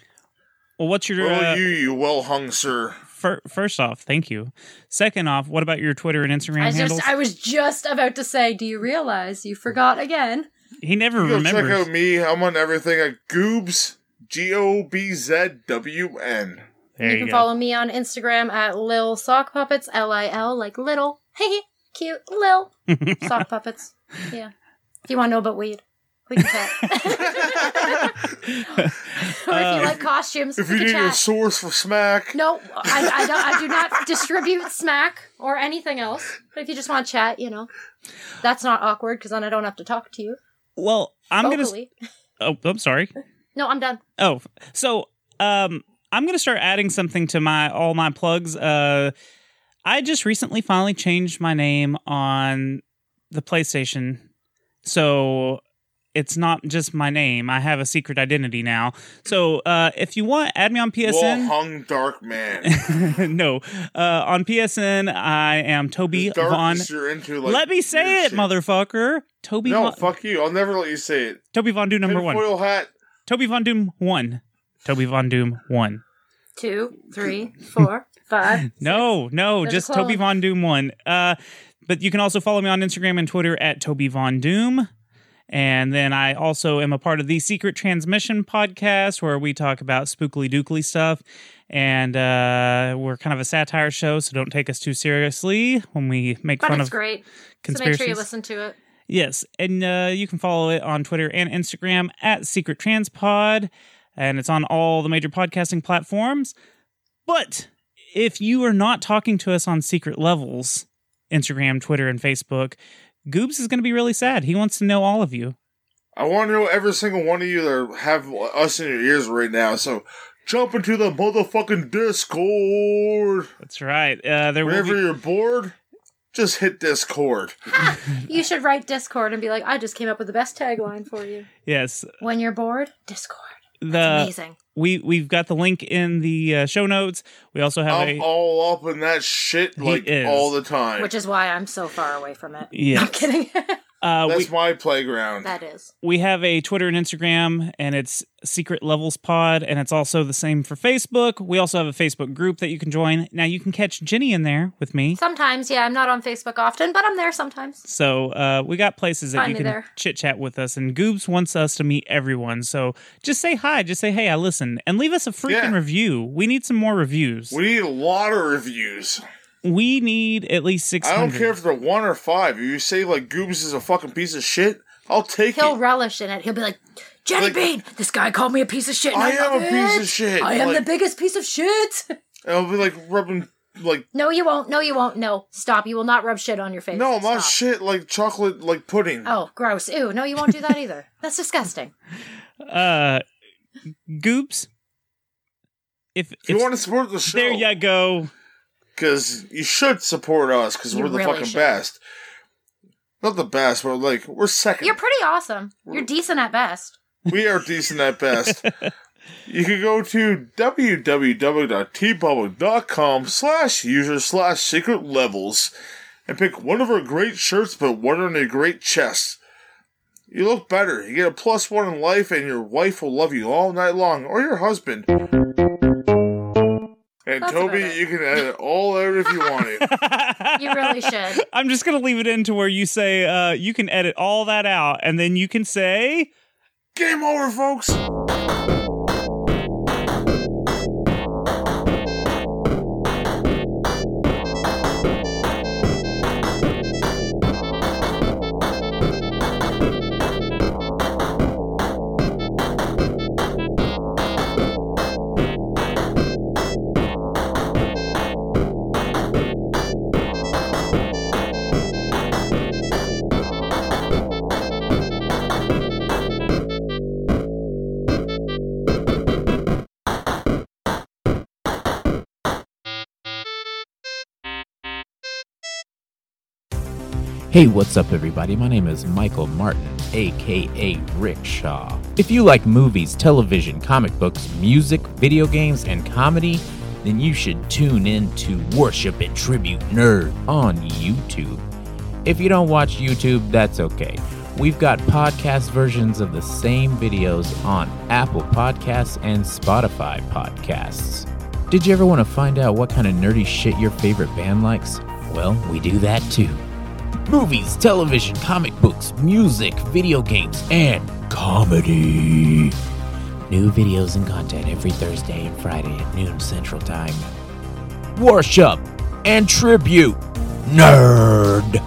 Speaker 1: Well, what's your
Speaker 2: where
Speaker 1: uh,
Speaker 2: were you, you well hung sir?
Speaker 1: Fir- first off, thank you. Second off, what about your Twitter and Instagram
Speaker 4: I
Speaker 1: handles?
Speaker 4: just I was just about to say, do you realize you forgot again?
Speaker 1: he never
Speaker 2: You can check
Speaker 1: remembers.
Speaker 2: out me. I'm on everything at Goobs, G O B Z W N.
Speaker 1: There
Speaker 4: you
Speaker 1: you,
Speaker 4: can
Speaker 1: go.
Speaker 4: follow me on Instagram at Lil Sock Puppets, L I L like little. Hey, cute Lil Sock Puppets. Yeah. If you want to know about weed, we can chat.
Speaker 1: Uh,
Speaker 4: or if you like costumes,
Speaker 2: If
Speaker 4: we
Speaker 2: you
Speaker 4: can
Speaker 2: need a
Speaker 4: chat.
Speaker 2: source for smack,
Speaker 4: no, I, I, don't, I do not distribute smack or anything else. But if you just want to chat, you know, that's not awkward because then I don't have to talk to you.
Speaker 1: well, I'm gonna.
Speaker 4: vocally.
Speaker 1: Oh, I'm sorry.
Speaker 4: No, I'm done.
Speaker 1: Oh, so um, I'm gonna start adding something to my all my plugs. Uh, I just recently finally changed my name on the PlayStation, so it's not just my name. I have a secret identity now. So uh, if you want, add me on PSN.
Speaker 2: well hung dark man.
Speaker 1: no. Uh, on PSN, I am Toby
Speaker 2: Dark
Speaker 1: Von.
Speaker 2: is you're into, like,
Speaker 1: let me
Speaker 2: weird
Speaker 1: say it,
Speaker 2: shit.
Speaker 1: motherfucker. Toby
Speaker 2: No,
Speaker 1: Von,
Speaker 2: fuck you. I'll never let you say it.
Speaker 1: Toby Von Doom number one.
Speaker 2: Tinfoil hat.
Speaker 1: Toby Von Doom one. Toby Von Doom one.
Speaker 4: Two, three, four, Five.
Speaker 1: No, no,
Speaker 4: There's a
Speaker 1: just
Speaker 4: clone.
Speaker 1: Toby Von Doom one. Uh, but you can also follow me on Instagram and Twitter at Toby Von Doom. And then I also am a part of the Secret Transmission podcast, where we talk about spookily dookly stuff. And uh, we're kind of a satire show, so don't take us too seriously when we make
Speaker 4: But
Speaker 1: fun
Speaker 4: it's
Speaker 1: of
Speaker 4: great. So make
Speaker 1: conspiracies.
Speaker 4: sure you listen to it.
Speaker 1: Yes, and uh, you can follow it on Twitter and Instagram at Secret Transpod, and it's on all the major podcasting platforms. But if you are not talking to us on Secret Levels, Instagram, Twitter, and Facebook, Goobs is going to be really sad. He wants to know all of you.
Speaker 2: I want to know every single one of you that have us in your ears right now. So jump into the motherfucking Discord.
Speaker 1: That's right. Uh, there will
Speaker 2: Whenever
Speaker 1: be,
Speaker 2: you're bored, just hit Discord.
Speaker 4: You should write Discord and be like, I just came up with the best tagline for you.
Speaker 1: yes,
Speaker 4: When you're bored, Discord.
Speaker 2: Uh,
Speaker 1: the
Speaker 4: Amazing.
Speaker 1: we we've got the link in the uh, show notes. We also have
Speaker 2: I'm
Speaker 1: a
Speaker 2: all up in that shit like
Speaker 1: is.
Speaker 2: all the time.
Speaker 4: Which is why I'm so far away from it.
Speaker 1: Yes.
Speaker 4: I'm kidding.
Speaker 1: uh, we,
Speaker 2: That's my playground.
Speaker 4: that is.
Speaker 1: we have a Twitter and Instagram, and it's Secret Levels Pod, and it's also the same for Facebook. We also have a Facebook group that you can join. Now you can catch Jenny in there with me.
Speaker 4: Sometimes, yeah, I'm not on Facebook often, but I'm there sometimes.
Speaker 1: So uh, we got places that
Speaker 4: Find
Speaker 1: you
Speaker 4: me
Speaker 1: can
Speaker 4: there.
Speaker 1: chit chat with us, and Goobs wants us to meet everyone. So just say hi, just say hey, I listen, and leave us a freaking
Speaker 2: Yeah.
Speaker 1: review. We need some more reviews.
Speaker 2: We need a lot of reviews.
Speaker 1: We need at least six
Speaker 2: I don't
Speaker 1: hundred.
Speaker 2: care if they're one or five. If you say like Goobs is a fucking piece of shit, I'll take
Speaker 4: He'll
Speaker 2: it.
Speaker 4: relish in it. He'll be like, Jenny
Speaker 2: Like-
Speaker 4: Bean, this guy called me a piece of shit. and
Speaker 2: I
Speaker 4: I,
Speaker 2: am
Speaker 4: love
Speaker 2: a piece
Speaker 4: it.
Speaker 2: of shit."
Speaker 4: I am
Speaker 2: Like-
Speaker 4: the biggest piece of shit.
Speaker 2: And I'll be like rubbing like
Speaker 4: no, you won't. No, you won't. No, stop. You will not rub shit on your face.
Speaker 2: no, I'm not
Speaker 4: Stop.
Speaker 2: shit like chocolate like pudding.
Speaker 4: Oh, gross. Ew, no, you won't do that either. That's disgusting.
Speaker 1: Uh, Goobs, if,
Speaker 2: if you
Speaker 1: if-
Speaker 2: want to support the show,
Speaker 1: there you go.
Speaker 2: because you should support us because
Speaker 4: You
Speaker 2: we're the
Speaker 4: really
Speaker 2: fucking
Speaker 4: should.
Speaker 2: best. Not the best, but like we're 2nd
Speaker 4: You're pretty awesome. You're decent at best.
Speaker 2: we are decent at best. You can go to www.tpublic.com slash user slash secret levels and pick one of our great shirts, put one on your great chest. You look better. You get a plus one in life, and your wife will love you all night long, or your husband. And
Speaker 4: That's
Speaker 2: Toby,
Speaker 4: about it.
Speaker 2: you can edit it all out if you want to.
Speaker 4: You really should.
Speaker 1: I'm just gonna leave it in to where you say uh, you can edit all that out, and then you can say
Speaker 2: Game over, folks.
Speaker 6: Hey, what's up, everybody? My name is Michael Martin, aka Rickshaw. If you like movies, television, comic books, music, video games, and comedy, then you should tune in to Worship and Tribute Nerd on YouTube. If you don't watch YouTube, that's okay. We've got podcast versions of the same videos on Apple Podcasts and Spotify Podcasts. Did you ever want to find out what kind of nerdy shit your favorite band likes? Well, we do that too movies, television, comic books, music, video games, and comedy. New videos and content every Thursday and Friday at noon Central Time. Worship and tribute, nerd.